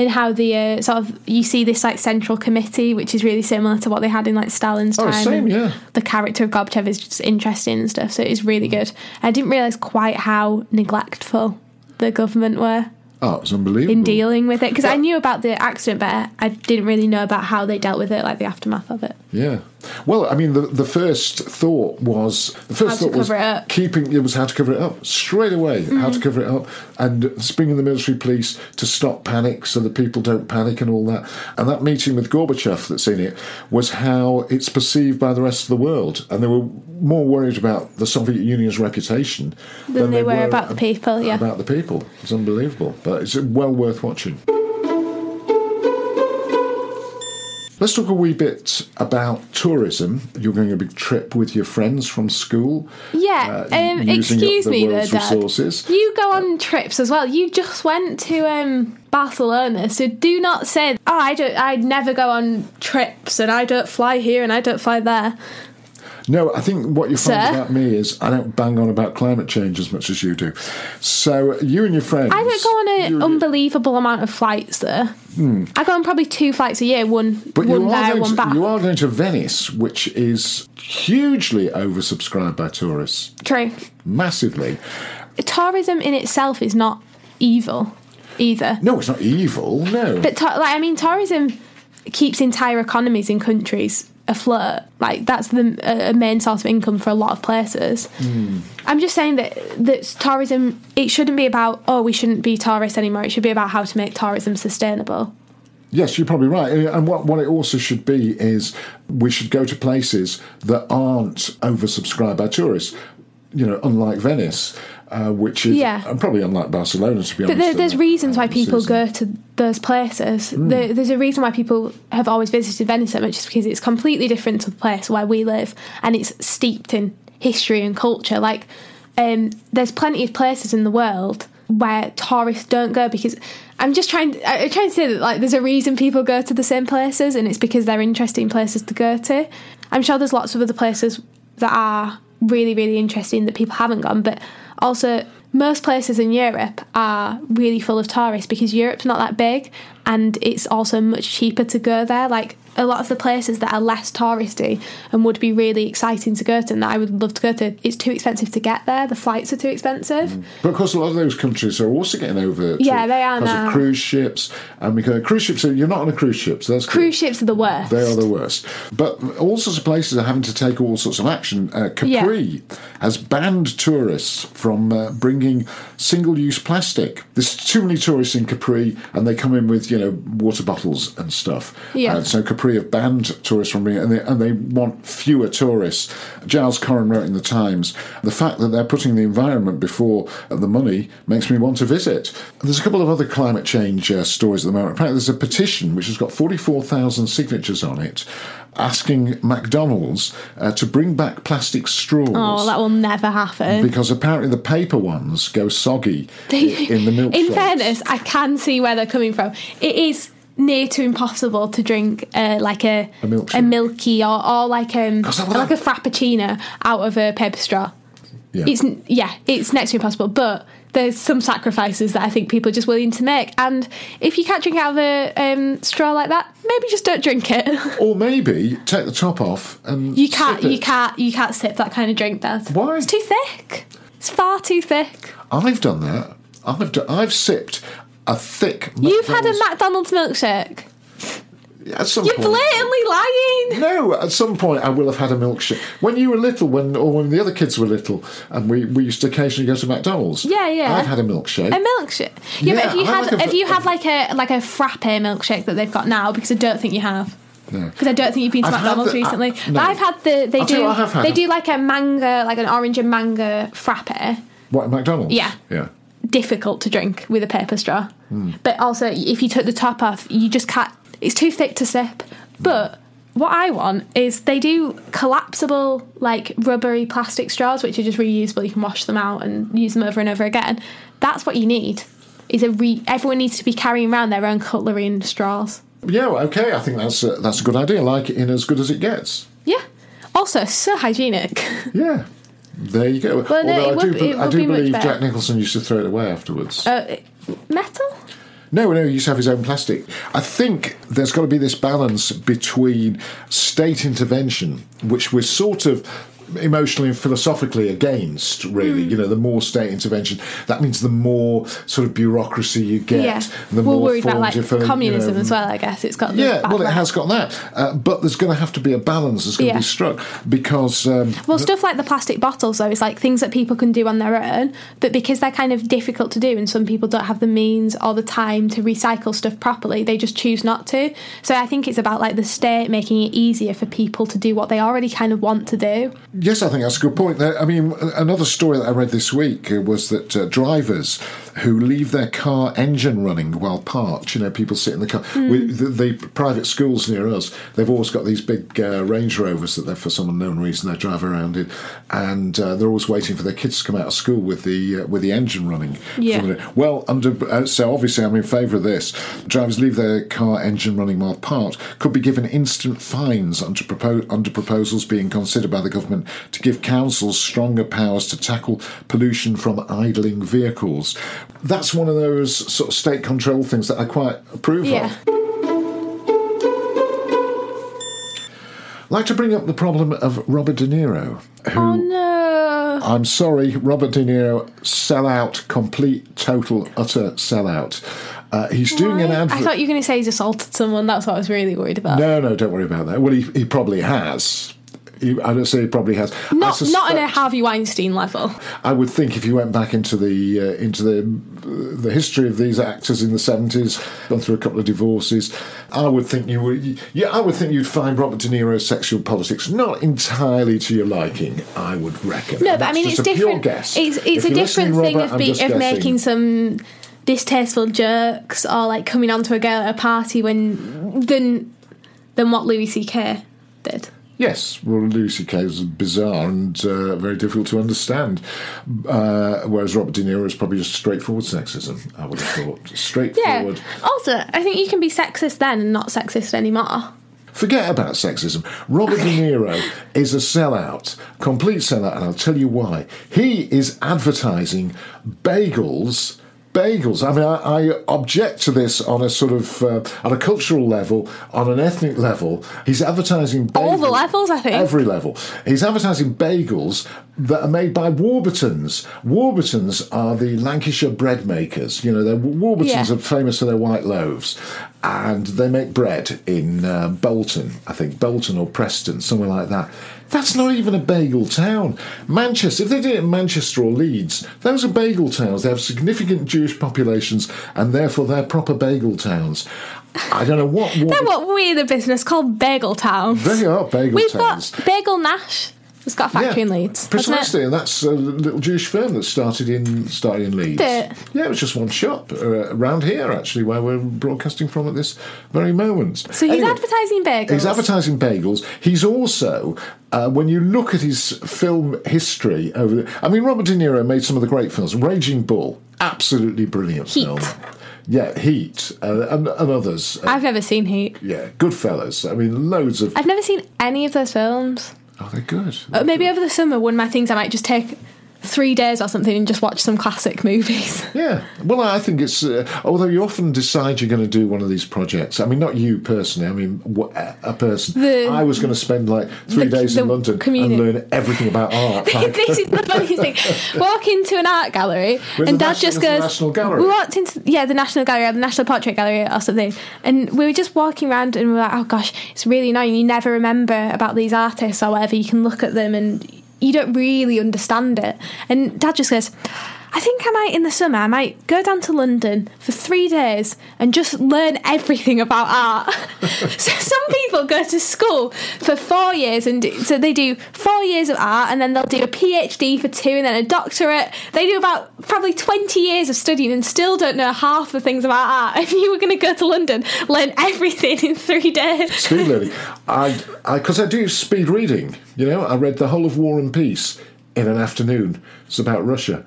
[SPEAKER 2] And how the uh, sort of you see this like central committee, which is really similar to what they had in like Stalin's
[SPEAKER 1] Oh,
[SPEAKER 2] time.
[SPEAKER 1] same,
[SPEAKER 2] and
[SPEAKER 1] yeah.
[SPEAKER 2] The character of Gorbachev is just interesting and
[SPEAKER 1] Mm.
[SPEAKER 2] stuff, so it is really good. I didn't realize quite how neglectful the government were.
[SPEAKER 1] Oh, it's unbelievable.
[SPEAKER 2] in dealing with it because I knew about the accident, but I didn't really know about how they dealt with it, like the aftermath of it.
[SPEAKER 1] Yeah. Well, I mean, the, the first thought was the first
[SPEAKER 2] How to
[SPEAKER 1] thought was
[SPEAKER 2] cover it up. Mm-hmm.
[SPEAKER 1] keeping it was how to cover it up straight away. How to cover it up and springing the military police to stop panic so that people don't panic and all that. And that meeting with Gorbachev that's in it was how it's perceived by the rest of the world, and they were more worried about the Soviet Union's reputation than,
[SPEAKER 2] they were about the people, yeah.
[SPEAKER 1] about the people. It's unbelievable, but it's well worth watching. Let's talk a wee bit about tourism. You're going on a big trip with your friends from school.
[SPEAKER 2] Yeah,
[SPEAKER 1] uh,
[SPEAKER 2] um,
[SPEAKER 1] using up
[SPEAKER 2] excuse
[SPEAKER 1] the
[SPEAKER 2] me, though,
[SPEAKER 1] world's
[SPEAKER 2] Dad.
[SPEAKER 1] resources.
[SPEAKER 2] You go on trips as well. You just went to um, Barcelona, so do not say, "Oh, I don't. I never go on trips, and I don't fly here, and I don't fly there."
[SPEAKER 1] No, I think what you find
[SPEAKER 2] Sir?
[SPEAKER 1] about me is I don't bang on about climate change as much as you do. So you and your friends.
[SPEAKER 2] I don't go on um, an unbelievable amount of flights there. I go on probably two flights a year, one
[SPEAKER 1] Hmm. But you
[SPEAKER 2] one
[SPEAKER 1] are,
[SPEAKER 2] there,
[SPEAKER 1] going
[SPEAKER 2] one
[SPEAKER 1] to,
[SPEAKER 2] back.
[SPEAKER 1] you are going to Venice, which is hugely oversubscribed by tourists,
[SPEAKER 2] True.
[SPEAKER 1] massively.
[SPEAKER 2] Tourism in itself is not evil either.
[SPEAKER 1] No, it's not evil. No,
[SPEAKER 2] But to- like, I mean, tourism keeps entire economies in countries afloat. Like that's the a a main source of income for a lot of places. I'm just saying that that tourism it shouldn't be about oh we shouldn't be tourists anymore. It should be about how to make tourism sustainable.
[SPEAKER 1] Yes, you're probably right. And what, what it also should be is we should go to places that aren't oversubscribed by tourists, you know, unlike Venice, uh, which is
[SPEAKER 2] Yeah.
[SPEAKER 1] and probably unlike Barcelona, to be
[SPEAKER 2] But
[SPEAKER 1] honest.
[SPEAKER 2] there, there's
[SPEAKER 1] uh,
[SPEAKER 2] reasons why
[SPEAKER 1] uh,
[SPEAKER 2] people
[SPEAKER 1] Susan.
[SPEAKER 2] go to those places. There, there's a reason why people have always visited Venice so much, is because it's completely different to the place where we live, and it's steeped in history and culture. Like, um, there's plenty of places in the world where tourists don't go because I'm just trying. I- I'm trying to say that like there's a reason people go to the same places, and it's because they're interesting places to go to. I'm sure there's lots of other places that are really, really interesting that people haven't gone. But also, most places in Europe are really full of tourists because Europe's not that big and it's also much cheaper to go there. Like a lot of the places that are less touristy and would be really exciting to go to and that I would love to go to, it's too expensive to get there. The flights are too expensive.
[SPEAKER 1] But of course, a lot of those countries are also getting over.
[SPEAKER 2] Yeah, they are
[SPEAKER 1] because
[SPEAKER 2] now.
[SPEAKER 1] Of cruise ships, and because cruise ships, are, you're not on a cruise ship, so that's good.
[SPEAKER 2] Cruise ships are the worst.
[SPEAKER 1] They are the worst. But all sorts of places are having to take all sorts of action. Uh, Capri has banned tourists from uh, bringing single use plastic. There's too many tourists in Capri and they come in with, you know, water bottles and stuff.
[SPEAKER 2] Yeah.
[SPEAKER 1] Uh, so Capri have banned tourists from bringing and they, and they want fewer tourists. Giles Corran wrote in The Times the fact that they're putting the environment before the money makes me want to visit. There's a couple of other climate change uh, stories at the moment. Apparently, there's a petition which has got 44,000 signatures on it asking McDonald's uh, to bring back plastic straws.
[SPEAKER 2] Oh, that will never happen.
[SPEAKER 1] because apparently the paper ones go soggy i- in the milk.
[SPEAKER 2] In
[SPEAKER 1] shops.
[SPEAKER 2] fairness, I can see where they're coming from. It is near to impossible to drink uh, like a
[SPEAKER 1] A milkshake.
[SPEAKER 2] milky or, or like um
[SPEAKER 1] Because that-
[SPEAKER 2] like a frappuccino out of a paper straw.
[SPEAKER 1] Yeah.
[SPEAKER 2] It's n- yeah, it's next to impossible. But there's some sacrifices that I think people are just willing to make. And if you can't drink out of a um, straw like that, maybe just don't drink it.
[SPEAKER 1] or maybe take the top off and
[SPEAKER 2] you can't,
[SPEAKER 1] sip
[SPEAKER 2] you
[SPEAKER 1] it.
[SPEAKER 2] can't, you can't sip that kind of drink, Dad.
[SPEAKER 1] Why?
[SPEAKER 2] It's too thick. It's far too thick.
[SPEAKER 1] I've done that. I've do- I've sipped a thick.
[SPEAKER 2] You've had a
[SPEAKER 1] McDonald's-
[SPEAKER 2] McDonald's milkshake.
[SPEAKER 1] at some
[SPEAKER 2] You're
[SPEAKER 1] point.
[SPEAKER 2] blatantly lying.
[SPEAKER 1] No, at some point I will have had a milkshake. When you were little, when or when the other kids were little, and we, we used to occasionally go to McDonald's.
[SPEAKER 2] Yeah, yeah.
[SPEAKER 1] I've had a milkshake.
[SPEAKER 2] A milkshake.
[SPEAKER 1] Yeah,
[SPEAKER 2] Yeah, but if you
[SPEAKER 1] I
[SPEAKER 2] had
[SPEAKER 1] like a-
[SPEAKER 2] if you had like a like a frappe milkshake that they've got now, because I don't think you have.
[SPEAKER 1] No.
[SPEAKER 2] Because I don't think you've been to
[SPEAKER 1] I've had
[SPEAKER 2] McDonald's
[SPEAKER 1] the- I-
[SPEAKER 2] recently.
[SPEAKER 1] no.
[SPEAKER 2] But I've had the they
[SPEAKER 1] I'll tell you
[SPEAKER 2] do
[SPEAKER 1] what I have had.
[SPEAKER 2] they do like a manga like an orange and manga frappe.
[SPEAKER 1] What at McDonald's?
[SPEAKER 2] Yeah.
[SPEAKER 1] yeah.
[SPEAKER 2] Difficult to drink with a paper straw.
[SPEAKER 1] Hmm.
[SPEAKER 2] But also if you took the top off, you just can't it's too thick to sip. But what I want is they do collapsible like rubbery plastic straws which are just reusable, you can wash them out and use them over and over again. That's what you need. Is a re- everyone needs to be carrying around their own cutlery and straws.
[SPEAKER 1] Yeah, well, okay. I think that's a, that's a good idea. Like it in as good as it gets.
[SPEAKER 2] Yeah. Also, so hygienic.
[SPEAKER 1] Yeah, there you go.
[SPEAKER 2] Well,
[SPEAKER 1] Although
[SPEAKER 2] no, it
[SPEAKER 1] I do,
[SPEAKER 2] would be- it
[SPEAKER 1] I
[SPEAKER 2] would
[SPEAKER 1] do
[SPEAKER 2] be much
[SPEAKER 1] believe
[SPEAKER 2] better.
[SPEAKER 1] Jack Nicholson used to throw it away afterwards.
[SPEAKER 2] Uh, metal?
[SPEAKER 1] No, no, he used to have his own plastic. I think there's got to be this balance between state intervention, which we're sort of emotionally and philosophically against, really. You know, the more state intervention, that means the more sort of bureaucracy you get,
[SPEAKER 2] yeah.
[SPEAKER 1] the
[SPEAKER 2] We're
[SPEAKER 1] more
[SPEAKER 2] worried about
[SPEAKER 1] forms
[SPEAKER 2] like
[SPEAKER 1] you feel, you
[SPEAKER 2] communism
[SPEAKER 1] know,
[SPEAKER 2] as well. I guess it's got the
[SPEAKER 1] Yeah,
[SPEAKER 2] bad
[SPEAKER 1] well, it
[SPEAKER 2] rap.
[SPEAKER 1] has got that, uh, but there's going to have to be a balance that's going to
[SPEAKER 2] Yeah.
[SPEAKER 1] be struck because um,
[SPEAKER 2] Well, stuff like the plastic bottles, though, is like things that people can do on their own, but because they're kind of difficult to do, and some people don't have the means or the time to recycle stuff properly, they just choose not to. So I think it's about like the state making it easier for people to do what they already kind of want to do.
[SPEAKER 1] Yes, I think that's a good point. There- I mean, another story that I read this week uh, was that uh, drivers who leave their car engine running while parked, you know, people sit in the car. We, the, the private schools near us, they've always got these big uh, Range Rovers that they're, for some unknown reason, they drive around in, and uh, they're always waiting for their kids to come out of school with the uh, with the engine running.
[SPEAKER 2] Yeah.
[SPEAKER 1] Well, under uh, so obviously I'm in favour of this. Drivers leave their car engine running while parked could be given instant fines under, propo- under proposals being considered by the government to give councils stronger powers to tackle pollution from idling vehicles. That's one of those sort of state control things that I quite approve
[SPEAKER 2] Yeah.
[SPEAKER 1] of. I'd like to bring up the problem of Robert De Niro, who
[SPEAKER 2] Oh no.
[SPEAKER 1] I'm sorry, Robert De Niro, sellout, complete, total, utter sellout. Uh, he's doing an
[SPEAKER 2] Why?
[SPEAKER 1] advert.
[SPEAKER 2] I thought you were going to say he's assaulted someone. That's what I was really worried about.
[SPEAKER 1] no, no, don't worry about that. Well, he, he probably has. He, I don't say he probably has. I
[SPEAKER 2] Not not on a
[SPEAKER 1] suspect-
[SPEAKER 2] Harvey Weinstein level.
[SPEAKER 1] I would think if you went back into the uh, into the the history of these actors in the seventies, gone through a couple of divorces, I would think you would. Yeah, I would think you'd find Robert De Niro's sexual politics not entirely to your liking. I would reckon.
[SPEAKER 2] No,
[SPEAKER 1] And
[SPEAKER 2] but I
[SPEAKER 1] that's
[SPEAKER 2] mean, it's
[SPEAKER 1] just a pure
[SPEAKER 2] different.
[SPEAKER 1] guess.
[SPEAKER 2] It's
[SPEAKER 1] If
[SPEAKER 2] it's a
[SPEAKER 1] you're listening,
[SPEAKER 2] different thing
[SPEAKER 1] Robert,
[SPEAKER 2] of,
[SPEAKER 1] I'm
[SPEAKER 2] be,
[SPEAKER 1] just
[SPEAKER 2] of
[SPEAKER 1] guessing.
[SPEAKER 2] making some distasteful jerks or like coming onto a girl at a party when than than what Louis C.K. did.
[SPEAKER 1] Yes, well, Lucy Kay was bizarre and uh, very difficult to understand, uh, whereas Robert De Niro is probably just straightforward sexism. I would have thought
[SPEAKER 2] Yeah.
[SPEAKER 1] straightforward.
[SPEAKER 2] Also, I think you can be sexist then and not sexist anymore.
[SPEAKER 1] Forget about sexism. Robert De Niro is a sellout, complete sellout, and I'll tell you why. He is advertising bagels. Bagels. I mean, I, I object to this on a sort of uh, on a cultural level, on an ethnic level. He's advertising bagels.
[SPEAKER 2] All the levels, I think.
[SPEAKER 1] Every level. He's advertising bagels that are made by Warburtons. Warburtons are the Lancashire bread makers. You know, they're Warburtons
[SPEAKER 2] Yeah.
[SPEAKER 1] are famous for their white loaves, and they make bread in uh, Bolton, I think, Bolton or Preston, somewhere like that. That's not even a bagel town. Manchester, if they did it in Manchester or Leeds, those are bagel towns. They have significant Jewish populations, and therefore they're proper bagel towns. I don't know what.
[SPEAKER 2] Then what we're the business called Bagel Towns.
[SPEAKER 1] They are bagel
[SPEAKER 2] We've
[SPEAKER 1] towns.
[SPEAKER 2] got Bagel Nash. It's got a factory in Leeds. hasn't it?
[SPEAKER 1] Precisely, and that's a little Jewish firm that started in started in Leeds.
[SPEAKER 2] Did it?
[SPEAKER 1] Yeah, it was just one shop uh, around here actually, where we're broadcasting from at this very moment.
[SPEAKER 2] So he's advertising bagels.
[SPEAKER 1] He's advertising bagels. He's also, uh, when you look at his film history over, the, I mean, Robert De Niro made some of the great films. Raging Bull, absolutely brilliant
[SPEAKER 2] Heat.
[SPEAKER 1] film. Yeah, Heat uh, and, and others. Uh,
[SPEAKER 2] I've never seen Heat.
[SPEAKER 1] yeah, Goodfellas. I mean, loads of.
[SPEAKER 2] I've never seen any of those films.
[SPEAKER 1] oh, they're good.
[SPEAKER 2] Uh, maybe over the summer, one of my things I might just take three days or something and just watch some classic movies.
[SPEAKER 1] Yeah. Well, I think it's. Uh, although you often decide you're going to do one of these projects. I mean, not you personally. I mean, wha- a a person.
[SPEAKER 2] The-
[SPEAKER 1] I was going to spend like three
[SPEAKER 2] the-
[SPEAKER 1] days in
[SPEAKER 2] the
[SPEAKER 1] London
[SPEAKER 2] community-
[SPEAKER 1] and learn everything about art. Like,
[SPEAKER 2] this is the funniest thing. Walk into an art gallery
[SPEAKER 1] With the
[SPEAKER 2] and Dad
[SPEAKER 1] National-
[SPEAKER 2] just
[SPEAKER 1] it's the
[SPEAKER 2] goes.
[SPEAKER 1] National Gallery.
[SPEAKER 2] We walked into yeah the National Gallery, or the National Portrait Gallery, or something, and we were just walking around and we were like, oh gosh, it's really annoying. You never remember about these artists or whatever. You can look at them and you don't really understand it. And Dad just goes. I think I might in the summer. I might go down to London for three days and just learn everything about art. so some people go to school for four years and do, so they do four years of art and then they'll do a PhD for two and then a doctorate. They do about probably twenty years of studying and still don't know half the things about art. If you were going to go to London, learn everything in three days.
[SPEAKER 1] speed learning. I because I, do speed reading. You know, I read the whole of War and Peace in an afternoon. It's about Russia.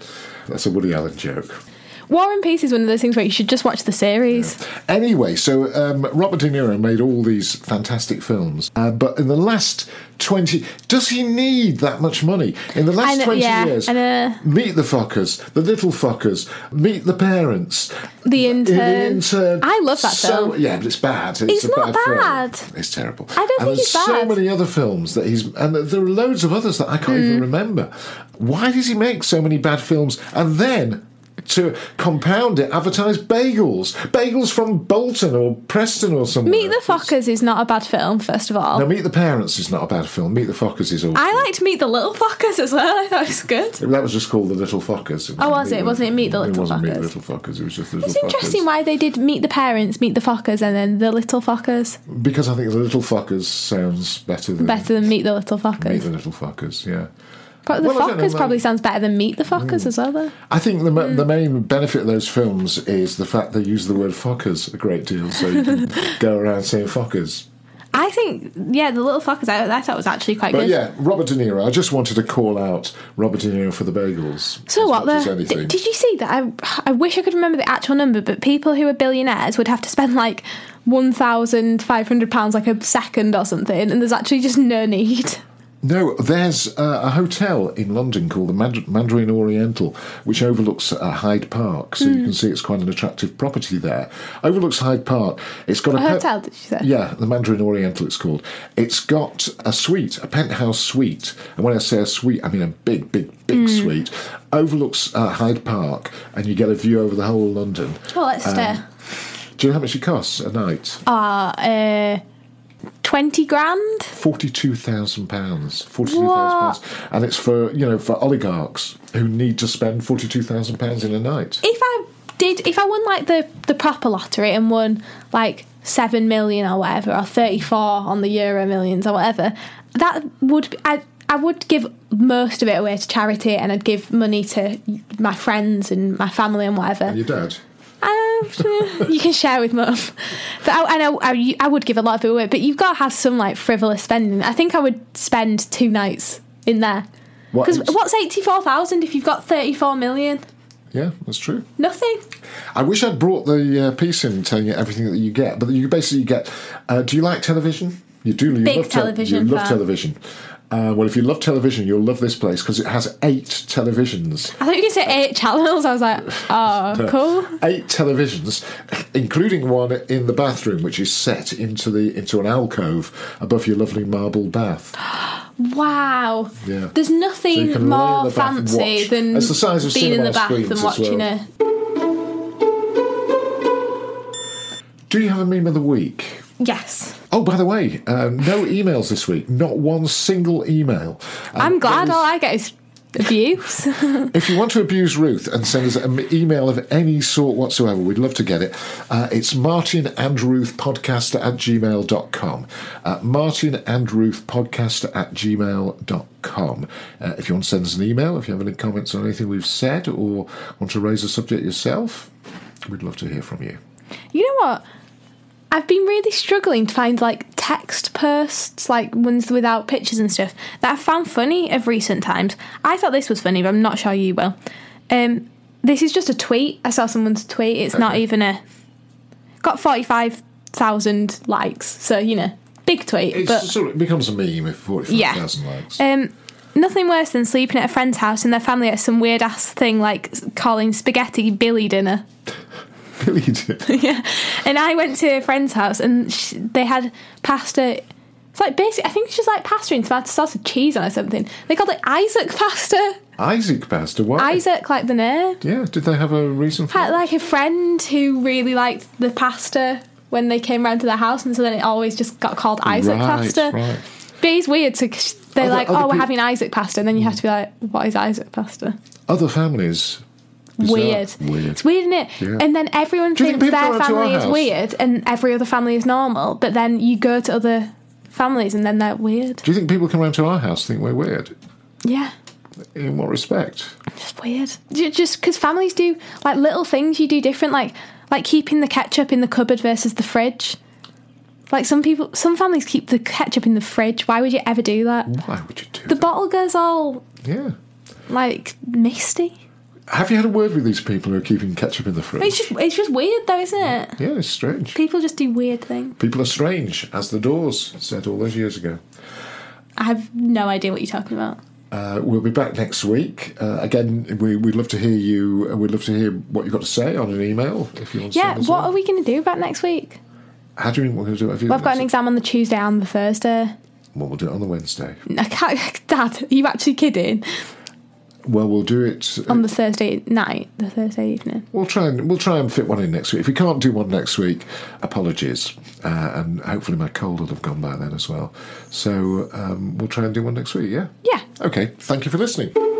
[SPEAKER 1] That's a Woody Allen joke.
[SPEAKER 2] War and Peace is one of those things where you should just watch the series.
[SPEAKER 1] Anyway, so um, Robert De Niro made all these fantastic films, uh, but in the last twenty, does he need that much money? In the last
[SPEAKER 2] I know-
[SPEAKER 1] twenty
[SPEAKER 2] yeah,
[SPEAKER 1] years,
[SPEAKER 2] I know.
[SPEAKER 1] meet the fuckers, the little fuckers, meet the parents,
[SPEAKER 2] The Intern.
[SPEAKER 1] The Intern.
[SPEAKER 2] Um, I love that
[SPEAKER 1] so,
[SPEAKER 2] film.
[SPEAKER 1] Yeah, but it's bad. It's,
[SPEAKER 2] It's
[SPEAKER 1] a
[SPEAKER 2] not
[SPEAKER 1] bad. film.
[SPEAKER 2] bad.
[SPEAKER 1] It's terrible.
[SPEAKER 2] I don't
[SPEAKER 1] and
[SPEAKER 2] think
[SPEAKER 1] there's
[SPEAKER 2] it's
[SPEAKER 1] so
[SPEAKER 2] bad.
[SPEAKER 1] many other films that he's, and there are loads of others that I can't
[SPEAKER 2] Hmm.
[SPEAKER 1] even remember. Why does he make so many bad films? And then. To compound it, advertise bagels. Bagels from Bolton or Preston or somewhere.
[SPEAKER 2] Meet the Fockers is not a bad film, first of all.
[SPEAKER 1] Now, Meet the Parents is not a bad film. Meet the Fockers is all.
[SPEAKER 2] I liked Meet the Little Fockers as well. I thought it was good.
[SPEAKER 1] that was just called The Little Fockers.
[SPEAKER 2] Oh, was it? Wasn't it Meet the
[SPEAKER 1] It
[SPEAKER 2] Little
[SPEAKER 1] wasn't Meet the
[SPEAKER 2] Fockers?
[SPEAKER 1] Little Fockers, it was just Little
[SPEAKER 2] It's
[SPEAKER 1] Fockers.
[SPEAKER 2] interesting why they did Meet the Parents, Meet the Fockers, and then the Little Fockers.
[SPEAKER 1] Because I think The Little Fockers sounds better than.
[SPEAKER 2] Better than Meet the Little
[SPEAKER 1] Meet
[SPEAKER 2] Fockers.
[SPEAKER 1] the Little Fockers, yeah.
[SPEAKER 2] But the
[SPEAKER 1] Well, I don't know, Mm.
[SPEAKER 2] Fockers
[SPEAKER 1] like-
[SPEAKER 2] probably Mm. sounds better than Meet the Fockers as well, though.
[SPEAKER 1] I think the, ma- the main benefit of those films is the fact they use the word fuckers a great deal, so you can go around saying fuckers.
[SPEAKER 2] I think, yeah, the Little Fockers I, I thought was actually quite
[SPEAKER 1] But
[SPEAKER 2] good.
[SPEAKER 1] yeah, Robert De Niro. I just wanted to call out Robert De Niro for the bagels.
[SPEAKER 2] So
[SPEAKER 1] as
[SPEAKER 2] what
[SPEAKER 1] much as
[SPEAKER 2] the?
[SPEAKER 1] anything.
[SPEAKER 2] Did, did you see that? I, I wish I could remember the actual number, but people who are billionaires would have to spend like one thousand five hundred pounds like a second or something, and there's actually just no need.
[SPEAKER 1] No, there's uh, a hotel in London called the Mand- Mandarin Oriental, which overlooks uh, Hyde Park. So
[SPEAKER 2] Hmm.
[SPEAKER 1] you can see it's quite an attractive property there. Overlooks Hyde Park. It's got a,
[SPEAKER 2] A
[SPEAKER 1] pet-
[SPEAKER 2] hotel, did you say?
[SPEAKER 1] Yeah, the Mandarin Oriental. It's called. It's got a suite, a penthouse suite, and when I say a suite, I mean a big, big,
[SPEAKER 2] Hmm.
[SPEAKER 1] big suite. Overlooks uh, Hyde Park, and you get a view over the whole of London. Um,
[SPEAKER 2] Well, let's stay.
[SPEAKER 1] Do you know how much it costs a night?
[SPEAKER 2] Uh, twenty grand.
[SPEAKER 1] Forty-two thousand pounds. Forty-two thousand pounds, and it's for you know for oligarchs who need to spend forty-two thousand pounds in a night.
[SPEAKER 2] If I did, if I won like the the proper lottery and won like seven million or whatever, or thirty four on the Euro Millions or whatever, that would be- I. I would give most of it away to charity, and I'd give money to my friends and my family and whatever.
[SPEAKER 1] And your dad.
[SPEAKER 2] Um, you can share with mum. But I, and I, I, I would give a lot of it away, but you've got to have some like frivolous spending. I think I would spend two nights in there.
[SPEAKER 1] What-
[SPEAKER 2] Because what's 84,000 if you've got 34 million?
[SPEAKER 1] Yeah, that's true.
[SPEAKER 2] Nothing.
[SPEAKER 1] I wish I'd brought the uh, piece in telling you everything that you get, but you basically get. Uh, do you like television? You do. You
[SPEAKER 2] Big
[SPEAKER 1] love te-
[SPEAKER 2] television
[SPEAKER 1] you love
[SPEAKER 2] fan.
[SPEAKER 1] television. Uh, well, if you love television, you'll love this place because it has eight televisions.
[SPEAKER 2] I thought you could say eight channels. I was like, oh, cool.
[SPEAKER 1] Eight televisions, including one in the bathroom, which is set into the into an alcove above your lovely marble bath.
[SPEAKER 2] Wow.
[SPEAKER 1] Yeah.
[SPEAKER 2] There's
[SPEAKER 1] So you
[SPEAKER 2] nothing
[SPEAKER 1] can lay in the
[SPEAKER 2] more
[SPEAKER 1] bath and
[SPEAKER 2] fancy
[SPEAKER 1] watch.
[SPEAKER 2] than
[SPEAKER 1] It's the size of
[SPEAKER 2] being in
[SPEAKER 1] cinema
[SPEAKER 2] the bath
[SPEAKER 1] screens
[SPEAKER 2] and
[SPEAKER 1] as
[SPEAKER 2] watching
[SPEAKER 1] well.
[SPEAKER 2] a.
[SPEAKER 1] Do you have a meme of the week?
[SPEAKER 2] Yes.
[SPEAKER 1] Oh, by the way, um, no emails this week. Not one single email. Um,
[SPEAKER 2] I'm glad
[SPEAKER 1] there
[SPEAKER 2] all I get is abuse.
[SPEAKER 1] is- If you want to abuse Ruth and send us an email of any sort whatsoever, we'd love to get it. Uh, it's martin and ruth podcaster at gmail.com. Uh, martin and ruth podcaster at gmail.com. Uh, if you want to send us an email, if you have any comments on anything we've said or want to raise a subject yourself, we'd love to hear from you.
[SPEAKER 2] You know what? I've been really struggling to find like text posts, like ones without pictures and stuff, that I've found funny of recent times. I thought this was funny, but I'm not sure you will. Um, this is just a tweet. I saw someone's tweet. It's not
[SPEAKER 1] Okay.
[SPEAKER 2] even a. Got 45,000 likes, so you know, big tweet.
[SPEAKER 1] It's
[SPEAKER 2] but
[SPEAKER 1] sort of, it becomes a meme if 45,000 likes.
[SPEAKER 2] um, nothing worse than sleeping at a friend's house and their family at some weird ass thing like s- calling spaghetti Billy dinner.
[SPEAKER 1] Really did.
[SPEAKER 2] yeah. And I went to a friend's house and sh they had pasta. It's like basic. I think it's just like pasta and tomato sauce with cheese on or something. They called it Isaac pasta.
[SPEAKER 1] Isaac Pastor, why?
[SPEAKER 2] Isaac, like the name.
[SPEAKER 1] Yeah, did they have a reason for
[SPEAKER 2] Had
[SPEAKER 1] that?
[SPEAKER 2] like a friend who really liked the pasta when they came round to their house, and so then it always just got called Isaac
[SPEAKER 1] Right,
[SPEAKER 2] pasta.
[SPEAKER 1] right.
[SPEAKER 2] But it's weird. So 'cause they're
[SPEAKER 1] Other-
[SPEAKER 2] like,
[SPEAKER 1] other
[SPEAKER 2] "Oh, we're
[SPEAKER 1] peop- Mm.
[SPEAKER 2] having Isaac pasta," and then you have to be like, "What is Isaac pasta?"
[SPEAKER 1] Other families. Bizarre.
[SPEAKER 2] Weird.
[SPEAKER 1] Weird.
[SPEAKER 2] It's weird, isn't it?
[SPEAKER 1] Yeah.
[SPEAKER 2] And then everyone
[SPEAKER 1] Do you think
[SPEAKER 2] thinks
[SPEAKER 1] people go
[SPEAKER 2] their
[SPEAKER 1] to our
[SPEAKER 2] family is
[SPEAKER 1] house?
[SPEAKER 2] weird and every other family is normal, but then you go to other families and then they're weird.
[SPEAKER 1] Do you think people come round to our house think we're weird?
[SPEAKER 2] Yeah.
[SPEAKER 1] In what respect?
[SPEAKER 2] Just weird. Ju- Just because families do like little things you do different, like like keeping the ketchup in the cupboard versus the fridge. Like some people, some families keep the ketchup in the fridge. Why would you ever do that?
[SPEAKER 1] Why would you do
[SPEAKER 2] The
[SPEAKER 1] that?
[SPEAKER 2] bottle goes all
[SPEAKER 1] yeah.
[SPEAKER 2] like misty.
[SPEAKER 1] Have you had a word with these people who are keeping ketchup in the
[SPEAKER 2] It's
[SPEAKER 1] fridge?
[SPEAKER 2] just it's just weird though, isn't it?
[SPEAKER 1] Yeah, it's strange.
[SPEAKER 2] People just do weird things.
[SPEAKER 1] People are strange, as the Doors said all those years ago.
[SPEAKER 2] I have no idea what you're talking about.
[SPEAKER 1] Uh, we'll be back next week. Uh, again, we, we'd love to hear you. uh, We'd love to hear what you've got to say on an email if you want. To
[SPEAKER 2] Yeah,
[SPEAKER 1] send us
[SPEAKER 2] what
[SPEAKER 1] one.
[SPEAKER 2] are we going to do about next week?
[SPEAKER 1] How do you mean we're going to do? it? Have you-
[SPEAKER 2] Well, I've got an exam on the Tuesday and the Thursday.
[SPEAKER 1] Well, we'll do it on the Wednesday.
[SPEAKER 2] I can't, Dad, are you actually kidding?
[SPEAKER 1] Well, we'll do it. uh,
[SPEAKER 2] On the Thursday night, the Thursday evening.
[SPEAKER 1] We'll try and we'll try and fit one in next week. If we can't do one next week, apologies, uh, and hopefully my cold will have gone by then as well. So um, we'll try and do one next week. Yeah.
[SPEAKER 2] Yeah.
[SPEAKER 1] Okay. Thank you for listening.